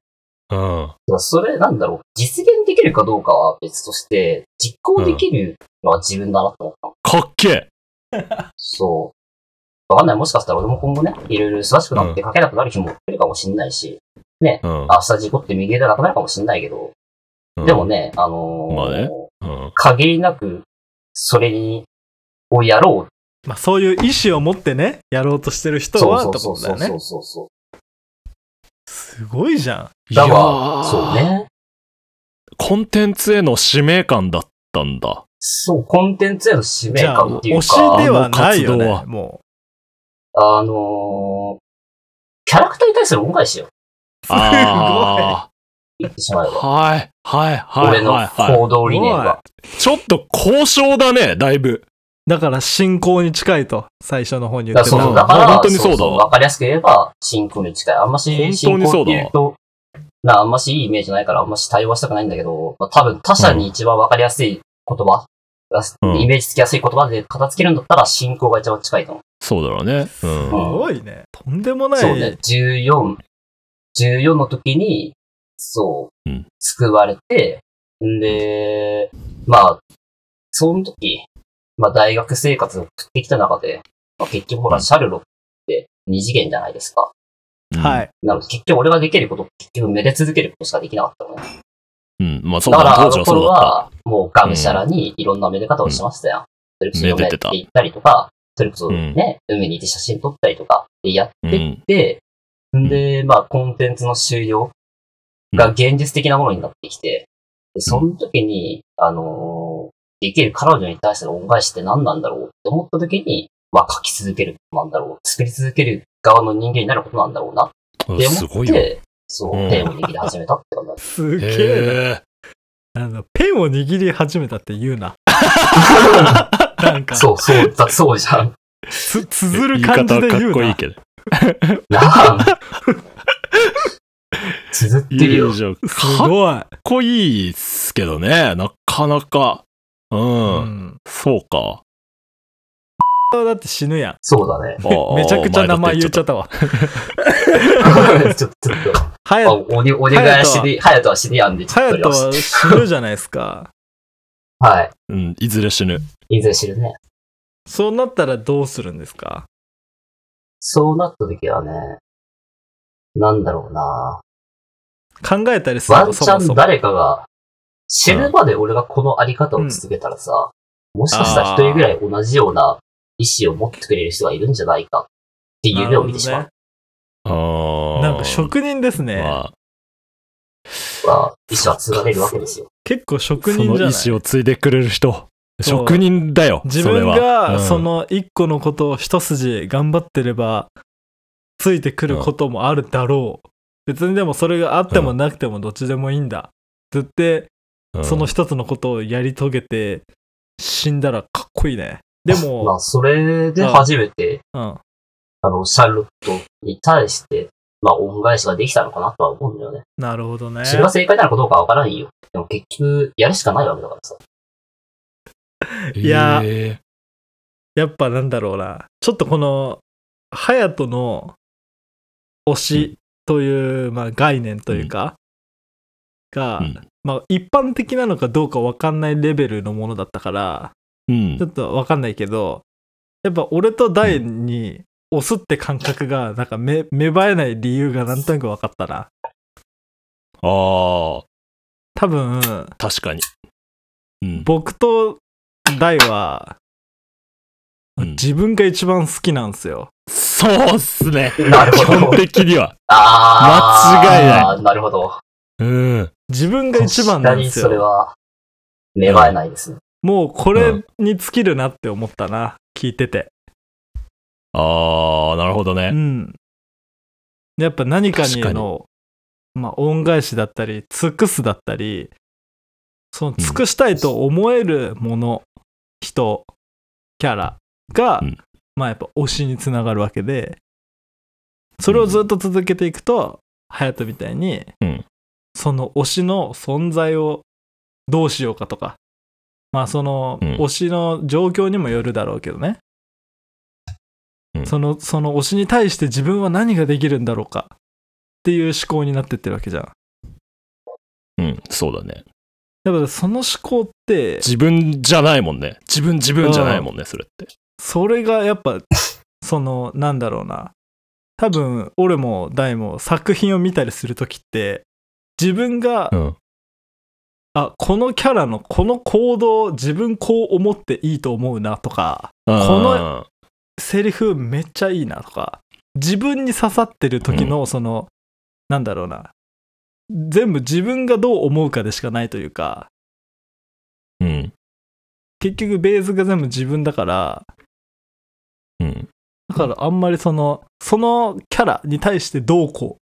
Speaker 1: うん。
Speaker 3: だからそれなんだろう、実現できるかどうかは別として、実行できるのは自分だなと思った。
Speaker 1: かっけえ。
Speaker 3: そう。わかんない。もしかしたら俺も今後ね、いろいろ忙しくなって書けなくなる日も来るかもしんないし、
Speaker 1: うん。
Speaker 3: 明日事故って右手なくなるかもしんないけど、
Speaker 1: うん
Speaker 3: でも。ね、あのー
Speaker 1: まあねうん。
Speaker 3: 限りなく、それに、をやろう
Speaker 2: まあ、そういう意思を持ってね、やろうとしてる人は、
Speaker 3: そう
Speaker 2: と
Speaker 3: そ
Speaker 2: こ
Speaker 3: う
Speaker 2: とだ
Speaker 3: そう
Speaker 2: よ
Speaker 3: そ
Speaker 2: ね
Speaker 3: う。そうそう。
Speaker 2: すごいじゃん。
Speaker 3: だ
Speaker 1: いやー
Speaker 3: わそう。ね。
Speaker 1: コンテンツへの使命感だったんだ。
Speaker 3: そう、コンテンツへの使命
Speaker 2: じゃあ、
Speaker 3: 感ってい
Speaker 2: 推
Speaker 3: うか。
Speaker 2: しではない
Speaker 1: あ
Speaker 2: よ
Speaker 1: の活動
Speaker 2: ね
Speaker 1: は、
Speaker 2: も
Speaker 3: あのー、キャラクターに対する恩返しよ。
Speaker 2: ごい
Speaker 1: あ
Speaker 3: 言ってしまえ
Speaker 1: ー
Speaker 3: ば。
Speaker 1: はい。はい。はい。は
Speaker 3: 俺
Speaker 1: い。
Speaker 3: の
Speaker 1: は
Speaker 3: 行動
Speaker 2: う。
Speaker 3: 理念は。
Speaker 1: い。ちょっと交渉だね、だいぶ。
Speaker 2: だから、信仰に近いと、最初の方に言
Speaker 3: だ
Speaker 2: っ
Speaker 3: か
Speaker 2: て
Speaker 3: ら
Speaker 2: た
Speaker 3: そ
Speaker 1: だ
Speaker 3: う
Speaker 1: う
Speaker 3: だから、
Speaker 1: 本当にそうだわ
Speaker 3: わかりやすく言えば、信仰に近い。あんまし、信
Speaker 1: 本当に
Speaker 3: 仰
Speaker 1: そ
Speaker 3: っ
Speaker 1: う
Speaker 3: て
Speaker 1: だわ
Speaker 3: 言うと、なあんましいいイメージないから、あんまし対話したくないんだけど、まあ、多分他者に一番わかりやすい言葉、
Speaker 1: うん
Speaker 3: イメージつきやすい言葉で片付けるんだったら、信仰が一番近いと思
Speaker 1: そうだろうね。うん
Speaker 2: す。ごいね。とんでも
Speaker 3: う。
Speaker 2: な
Speaker 3: そうね
Speaker 2: い。。
Speaker 3: 14、14の時に、そう
Speaker 1: うん、。
Speaker 3: 救われて、んで、まあ、その時、まあ大学生活を送ってきた中で、まあ、結局ほら、シャルロって二次元じゃないですか。
Speaker 2: はいい。
Speaker 3: なので、結局俺ができること、結局めで続けることしかできなかったのね。
Speaker 1: うん。まあそうだ
Speaker 3: だか
Speaker 1: ね
Speaker 3: ら、
Speaker 1: 当
Speaker 3: あ
Speaker 1: 時
Speaker 3: の
Speaker 1: はそ
Speaker 3: 頃
Speaker 1: うだった。
Speaker 3: は、もうがむしゃらにいろんなめで方をしましたよ。それこそ
Speaker 1: め
Speaker 3: 嫁
Speaker 1: で
Speaker 3: 行
Speaker 1: て
Speaker 3: ったて行ったりとか、それこそね、海に行って写真撮ったりとか、でやってって、
Speaker 1: ん
Speaker 3: んで、まあ、コンテンツの終了が現実的なものになってきて、でその時に、あのーできる彼女に対しての恩返しって何なんだろうって思った時に、まあ、書き続けることなんだろう、作り続ける側の人間になることなんだろうな
Speaker 1: うん
Speaker 3: で
Speaker 1: す
Speaker 3: 思
Speaker 1: ご
Speaker 3: っ
Speaker 1: いよ。
Speaker 3: て、そう
Speaker 1: うん、
Speaker 3: ペンを握り始めたって感じ
Speaker 1: [laughs]
Speaker 3: だった。
Speaker 2: すげえ
Speaker 1: へえ。
Speaker 2: な。あの、ペンを握り始めたって言う
Speaker 3: [laughs]
Speaker 2: な。なんか、
Speaker 3: そう、そう、だそうじゃん。
Speaker 2: つ、綴る感じ
Speaker 1: 言
Speaker 2: で
Speaker 1: い方
Speaker 2: 言
Speaker 1: かっ
Speaker 2: う
Speaker 1: こい。
Speaker 2: ない
Speaker 1: けど。
Speaker 3: なん綴ってるよ。
Speaker 1: じゃん
Speaker 2: す
Speaker 1: かっ
Speaker 2: ごい。
Speaker 1: こいいっすけどね。なかなか。うん。
Speaker 2: うん
Speaker 1: そうか。
Speaker 2: だって死ぬやん。
Speaker 3: そうだ
Speaker 1: [laughs]
Speaker 3: ね。
Speaker 2: めちゃくちゃ名前言っちゃ
Speaker 1: っ
Speaker 2: ったわ。
Speaker 3: ちょっと、ちょっと
Speaker 2: は
Speaker 3: あ
Speaker 2: や、
Speaker 3: おに、お願いしで、ハヤトは死ねやんで、ち
Speaker 2: は
Speaker 3: ょっ
Speaker 2: やと
Speaker 3: とよし
Speaker 2: は死ぬじゃないですか。
Speaker 3: はい。
Speaker 1: た。うん。いずれ死ぬ。
Speaker 3: いずれ知るね。
Speaker 2: そうなったらどうするんですか
Speaker 3: そうなった時はね、なんだろうな
Speaker 2: 考えたりする
Speaker 3: ワ
Speaker 2: の
Speaker 3: ンチ
Speaker 2: そも
Speaker 3: ャ
Speaker 2: そ
Speaker 3: ン
Speaker 2: も。
Speaker 3: 誰かが、死ぬまで俺がこのあり方を続けたらさ、もしかしたら一人ぐらい同じような意思を持ってくれる人がいるんじゃないかっていう夢を見てしまう。
Speaker 1: あー
Speaker 2: なんか職人ですね。
Speaker 1: まあ、
Speaker 3: は、意思は継がれるわけですよ。
Speaker 2: 結構職
Speaker 1: そ
Speaker 2: 人
Speaker 1: の
Speaker 2: じ
Speaker 1: 意
Speaker 2: ゃない
Speaker 1: 思を継いでくれる人。
Speaker 2: そう
Speaker 1: 職人だよ。
Speaker 2: 自分
Speaker 1: れはう
Speaker 2: が
Speaker 1: ん
Speaker 2: その一個のことを一筋頑張ってればついてくることもあるだろう。別にでもそれがあってもなくてもどっちでもいいんだ。絶対
Speaker 1: うん
Speaker 2: その一つのことをやり遂げて死んだらかっこいいね。で
Speaker 3: ま
Speaker 1: [laughs]
Speaker 2: も、
Speaker 3: あ、それで初めて、
Speaker 2: うん、
Speaker 3: あの、シャーロットに対して、まあ、恩返しができたのかなとは思うんだよね。
Speaker 2: なるほどね。
Speaker 3: それが正解なのかどうかはわからんよ。でも結局、やるしかないわけだからさ。
Speaker 2: いや
Speaker 1: え
Speaker 2: やっぱなんだろうな。ちょっとこの、ハヤトの推しという、まあ、概念というか、が、
Speaker 1: うん
Speaker 2: まあ、一般的なのかどうか分かんないレベルのものだったから、
Speaker 1: うん
Speaker 2: ちょ。っと分かんないけど、やっぱ俺とダイに押すって感覚が、なんかめ芽生えない理由がなんとなく分かったな。
Speaker 1: ああ、
Speaker 2: 多分、
Speaker 1: 確かに。うん。
Speaker 2: 僕とダイは、
Speaker 1: うん
Speaker 2: 自分が一番好きなんですよ。
Speaker 1: そうっすね。
Speaker 3: なる
Speaker 1: 基
Speaker 3: ほど
Speaker 1: 本。的には。
Speaker 3: ああ。
Speaker 1: 間違いない
Speaker 3: い。なるほど。
Speaker 1: うん。
Speaker 2: 自分が一番
Speaker 3: 確
Speaker 2: な
Speaker 3: か
Speaker 2: んで
Speaker 3: に
Speaker 2: す
Speaker 3: それ
Speaker 2: よ。
Speaker 3: は、芽生えないですね。
Speaker 2: もうこれ
Speaker 1: う
Speaker 2: に尽きるなって思ったな。聞いてて。
Speaker 1: ああ、なるほど
Speaker 2: う
Speaker 1: ね。
Speaker 2: ん。やっぱ何かに
Speaker 1: 確か
Speaker 2: の、まあ、恩返しだったり、尽くすだったり、その尽くしたいと思えるもの、人、キャラが、
Speaker 1: うん
Speaker 2: まあやっぱ推しにつながるわけで、それをずっと続けていくと、隼人みたいに、
Speaker 1: うん
Speaker 2: その推しの存在をどうしようかとか、まあその
Speaker 1: うん
Speaker 2: 推しの状況にもよるだろうけどね、
Speaker 1: うん
Speaker 2: そのその推しに対して自分は何ができるんだろうかっていう思考になってってるわけじゃん
Speaker 1: うん、そうだね。
Speaker 2: だからその思考って
Speaker 1: 自分じゃないもんね。自分、自分じゃないもんね、それって。
Speaker 2: それがやっぱそのなんだろうな多分俺も大も作品を見たりする時って自分が、
Speaker 1: うん。
Speaker 2: あこのキャラのこの行動自分こう思っていいと思うなとか
Speaker 1: こ
Speaker 2: の、セリフめっちゃいいなとか自分に刺さってる時のその、なんだろうな全部自分がどう思うかでしかないというか
Speaker 1: うん。
Speaker 2: 結局ベースが全部自分だから
Speaker 1: うん。
Speaker 2: だからあんまりそのそのキャラに対してどうこう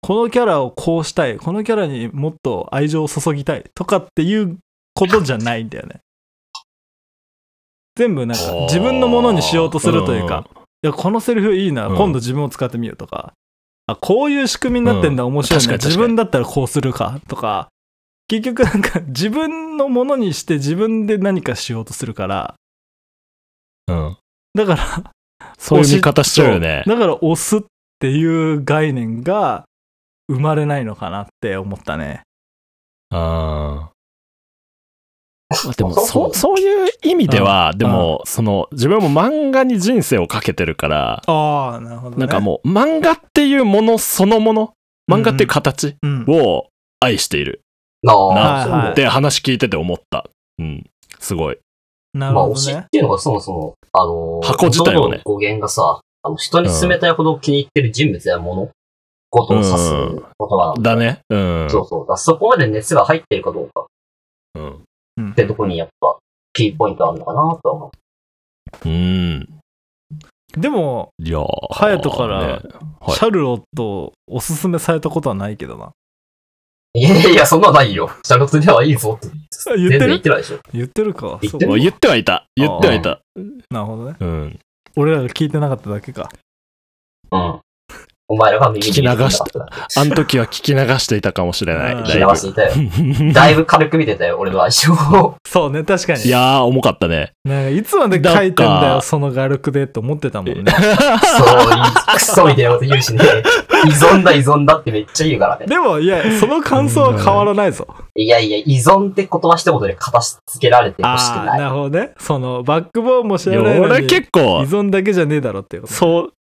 Speaker 2: このキャラをこうしたいこのキャラにもっと愛情を注ぎたいとかっていうことじゃないんだよね全部なんか自分のものにしようとするというかいやこのセリフいいな、
Speaker 1: うん
Speaker 2: 今度自分を使ってみようとかあこういう仕組みになってんだ、面白いな
Speaker 1: 確かに確かに
Speaker 2: 自分だったらこうするかとか結局なんか自分のものにして自分で何かしようとするから
Speaker 1: うん。うん。
Speaker 2: だから
Speaker 1: そういう見方しちゃうよね
Speaker 2: そ。だから押すっていう概念が生まれないのかなって思ったね
Speaker 1: ああ。でも
Speaker 3: そう
Speaker 1: そうそういう意味では、でも、その、自分も漫画に人生をかけてるから、
Speaker 2: ああなるほど、ね、
Speaker 1: なんかもう、漫画っていうものそのもの、漫画っていう形
Speaker 2: う、ん、
Speaker 1: を愛している
Speaker 3: あ
Speaker 2: は
Speaker 3: あ、
Speaker 2: い
Speaker 3: そう
Speaker 2: はい
Speaker 3: だ
Speaker 1: って話聞いてて思った。うん。すごい。
Speaker 2: なる
Speaker 3: まあ、
Speaker 2: ほ
Speaker 3: 推
Speaker 2: ど
Speaker 3: しっ
Speaker 2: ね、
Speaker 3: ていうのがそもそも、あのー、
Speaker 1: 箱自体をね
Speaker 3: 元々の語源がさ、あの人に勧めたいほど気に入ってる人物やもの、ことを指す言葉なん
Speaker 1: だね。うん。
Speaker 3: そうそう。だからそこまで熱が入ってるかどうかっ
Speaker 1: うん。
Speaker 2: うん
Speaker 3: てとこにやっぱ、キーポイントあるのかなとは思
Speaker 1: うん。
Speaker 2: でも
Speaker 1: いやー
Speaker 2: 隼人から
Speaker 1: ねはい
Speaker 2: シャルロットをおすすめされたことはないけどな
Speaker 3: う。いやいやいや、そんなのないよ。シャーロットではいいぞって。
Speaker 2: あ言っ
Speaker 3: 全
Speaker 2: て
Speaker 3: 然言っ
Speaker 2: る
Speaker 3: てないでしょ。
Speaker 2: 言ってるか
Speaker 3: 言ってる
Speaker 2: そうか
Speaker 1: 言ってはいた。言ってはいた。
Speaker 2: なるほどね
Speaker 1: うん。
Speaker 2: 俺らが聞いてなかっただけか
Speaker 3: うん。お前らが耳に入れてなかっただけ。
Speaker 1: あの時は聞き流していたかもしれない。
Speaker 2: うん
Speaker 1: だ
Speaker 3: 聞き
Speaker 1: い
Speaker 3: 流していたよ。
Speaker 1: ぶ
Speaker 3: だいぶ軽く見てたよ、俺の相性を。
Speaker 2: そうね確かに
Speaker 1: いやー、重かったね。
Speaker 2: なんかいつまで書いてん
Speaker 1: な
Speaker 2: だ
Speaker 1: ん
Speaker 2: よ
Speaker 1: か
Speaker 2: その画力でって思ってたもんね
Speaker 3: そう、クソみたいなこと言うしね。依存だ依存だってめっちゃ言うからね。
Speaker 2: でもいやその感想は変わらないぞ
Speaker 3: いやいや、依存って言葉一言で片付けられてほしく
Speaker 2: ああ
Speaker 3: ない。
Speaker 2: なるほどねそのバックボーンも知
Speaker 1: いや
Speaker 2: らないの
Speaker 1: 俺
Speaker 2: に依
Speaker 1: 結構、
Speaker 2: 存だけじゃねえだろっていうこと
Speaker 1: そう、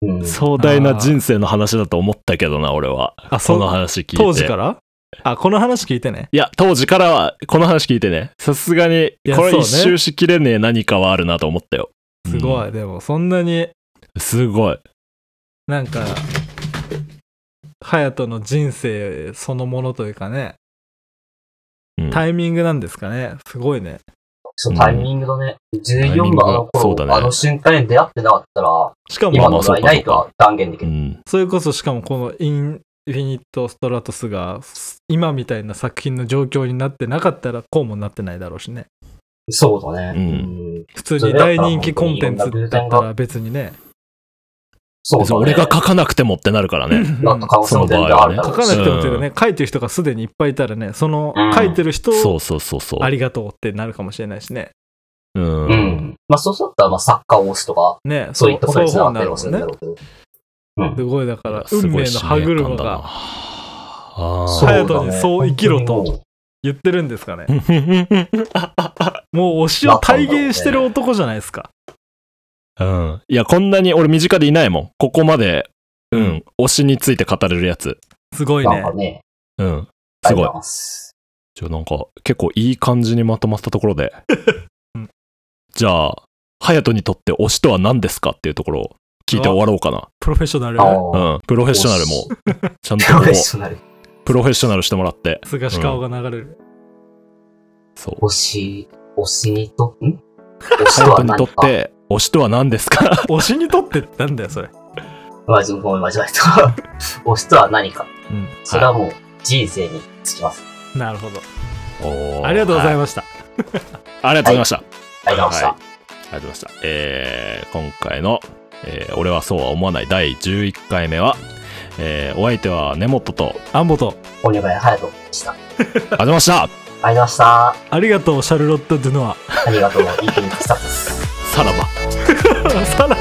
Speaker 3: うん、
Speaker 1: 壮大な人生の話だと思ったけどな、俺は。
Speaker 2: あ
Speaker 1: その
Speaker 2: う
Speaker 1: 話聞いて。
Speaker 2: 当時からあこの話聞いてね
Speaker 1: いや、当時からは、この話聞いてね、さすがに、
Speaker 2: や
Speaker 1: これ
Speaker 2: そうね
Speaker 1: 一周しきれねえ何かはあるなと思ったよ。
Speaker 2: すご
Speaker 1: い。
Speaker 2: いでもそんなに
Speaker 1: すごい。
Speaker 2: なんか隼人の人生そのものというかね
Speaker 1: うん
Speaker 2: タイミングなんですかねすごいね
Speaker 3: そうタイミングだね。
Speaker 1: イミン
Speaker 3: 14
Speaker 1: グ
Speaker 3: のあの
Speaker 1: そうだ
Speaker 3: 頃、
Speaker 1: ね
Speaker 3: あの瞬間に出会ってなかったら、
Speaker 2: しかも
Speaker 3: 今の俺はいないとは断言でき
Speaker 1: う
Speaker 3: る。
Speaker 1: ん。
Speaker 2: それこそしかもこのインフィニット・ストラトスが今みたいな作品の状況になってなかったらこうもなってないだろうしね
Speaker 3: そうだ
Speaker 1: う
Speaker 3: ね。
Speaker 1: ん
Speaker 3: ん
Speaker 2: 普通に大人気コンテンツだったら別にね
Speaker 3: そう
Speaker 1: 別
Speaker 3: だ
Speaker 1: に
Speaker 3: ね。
Speaker 1: 俺が書かなくてもってなるからね。
Speaker 3: なった可能性も全然あるだろ
Speaker 2: 書
Speaker 3: う
Speaker 2: かな
Speaker 3: し
Speaker 2: くてもというかね書いてる人がすでにいっぱいいたらねその
Speaker 3: うん
Speaker 2: 書いてる人
Speaker 1: そうそうそうそう。
Speaker 2: ありがとうってなるかもしれないしね
Speaker 1: う。
Speaker 3: うんん。まあそうすると、まあ作家を推すとか、
Speaker 2: ね
Speaker 3: そういったことにつなが
Speaker 2: う
Speaker 3: ったりもす
Speaker 2: そ
Speaker 3: る
Speaker 2: うん
Speaker 3: だ
Speaker 2: なる
Speaker 3: ろ
Speaker 2: もんね
Speaker 3: うけど。うん。
Speaker 2: すごいだから
Speaker 1: す
Speaker 2: 運
Speaker 1: ご
Speaker 2: 命
Speaker 1: い
Speaker 2: の
Speaker 1: 使
Speaker 2: 歯
Speaker 1: 命感
Speaker 2: 車
Speaker 1: だな
Speaker 2: が
Speaker 1: ああ。
Speaker 3: そうだ
Speaker 2: 隼
Speaker 3: ね
Speaker 2: 人にそう生きろと
Speaker 3: 本
Speaker 2: 言ってるんですかね。
Speaker 1: [laughs] う
Speaker 2: もう推しを体現してる男じゃないですか。
Speaker 1: ん。いや、こんなに俺身近でいないもん。ここまで、うん、推しについて語れるやつ。
Speaker 2: すご
Speaker 3: 当
Speaker 2: い
Speaker 3: にもう
Speaker 2: ね
Speaker 3: なん。かね、
Speaker 1: うん。すごい
Speaker 3: ありがとうござ。ます
Speaker 1: じゃあなんか、結構いい感じにまとまったところで
Speaker 2: [laughs] うん。
Speaker 1: じゃあ、隼人にとって推しとは何ですかっていうところを聞いて終わろうかな。
Speaker 2: プロフェッショナル
Speaker 3: あ。ー
Speaker 1: うん。プロフェッショナルも、ちゃんと
Speaker 3: プロ
Speaker 1: こ
Speaker 3: フェッ
Speaker 1: う、
Speaker 2: [laughs]
Speaker 3: ショナル。
Speaker 1: プロフェッショナルしてもらって。
Speaker 2: すがし顔が流れる。
Speaker 1: そう。
Speaker 3: 推し、推しにと、ん推しと
Speaker 1: 隼人
Speaker 3: は何
Speaker 1: にとっ
Speaker 3: か。
Speaker 1: て、推しとは何ですか
Speaker 2: 推しにとってってなんだよ、それ。
Speaker 3: まずごめん、間違えた。推しとは何か。
Speaker 2: うん。
Speaker 3: それはもう人生につきます。
Speaker 2: なるほど。あ
Speaker 1: あ
Speaker 2: りがとうござい
Speaker 1: ま
Speaker 2: ました。
Speaker 1: す。ありがとうございました。
Speaker 3: ありがとうございました。
Speaker 1: ありがとうございました。えー今回の、えー俺はそうは思わない第11回目は、えーお相手は根本と、
Speaker 2: アンボと、
Speaker 3: お願い、隼人でした。あり
Speaker 1: ありがとうございました
Speaker 3: がとうございました。
Speaker 2: ありがとう、シャルロット・ドゥノ
Speaker 3: ありがとう。いい気にしたです。
Speaker 1: さらば。
Speaker 2: [laughs] ア。さらば。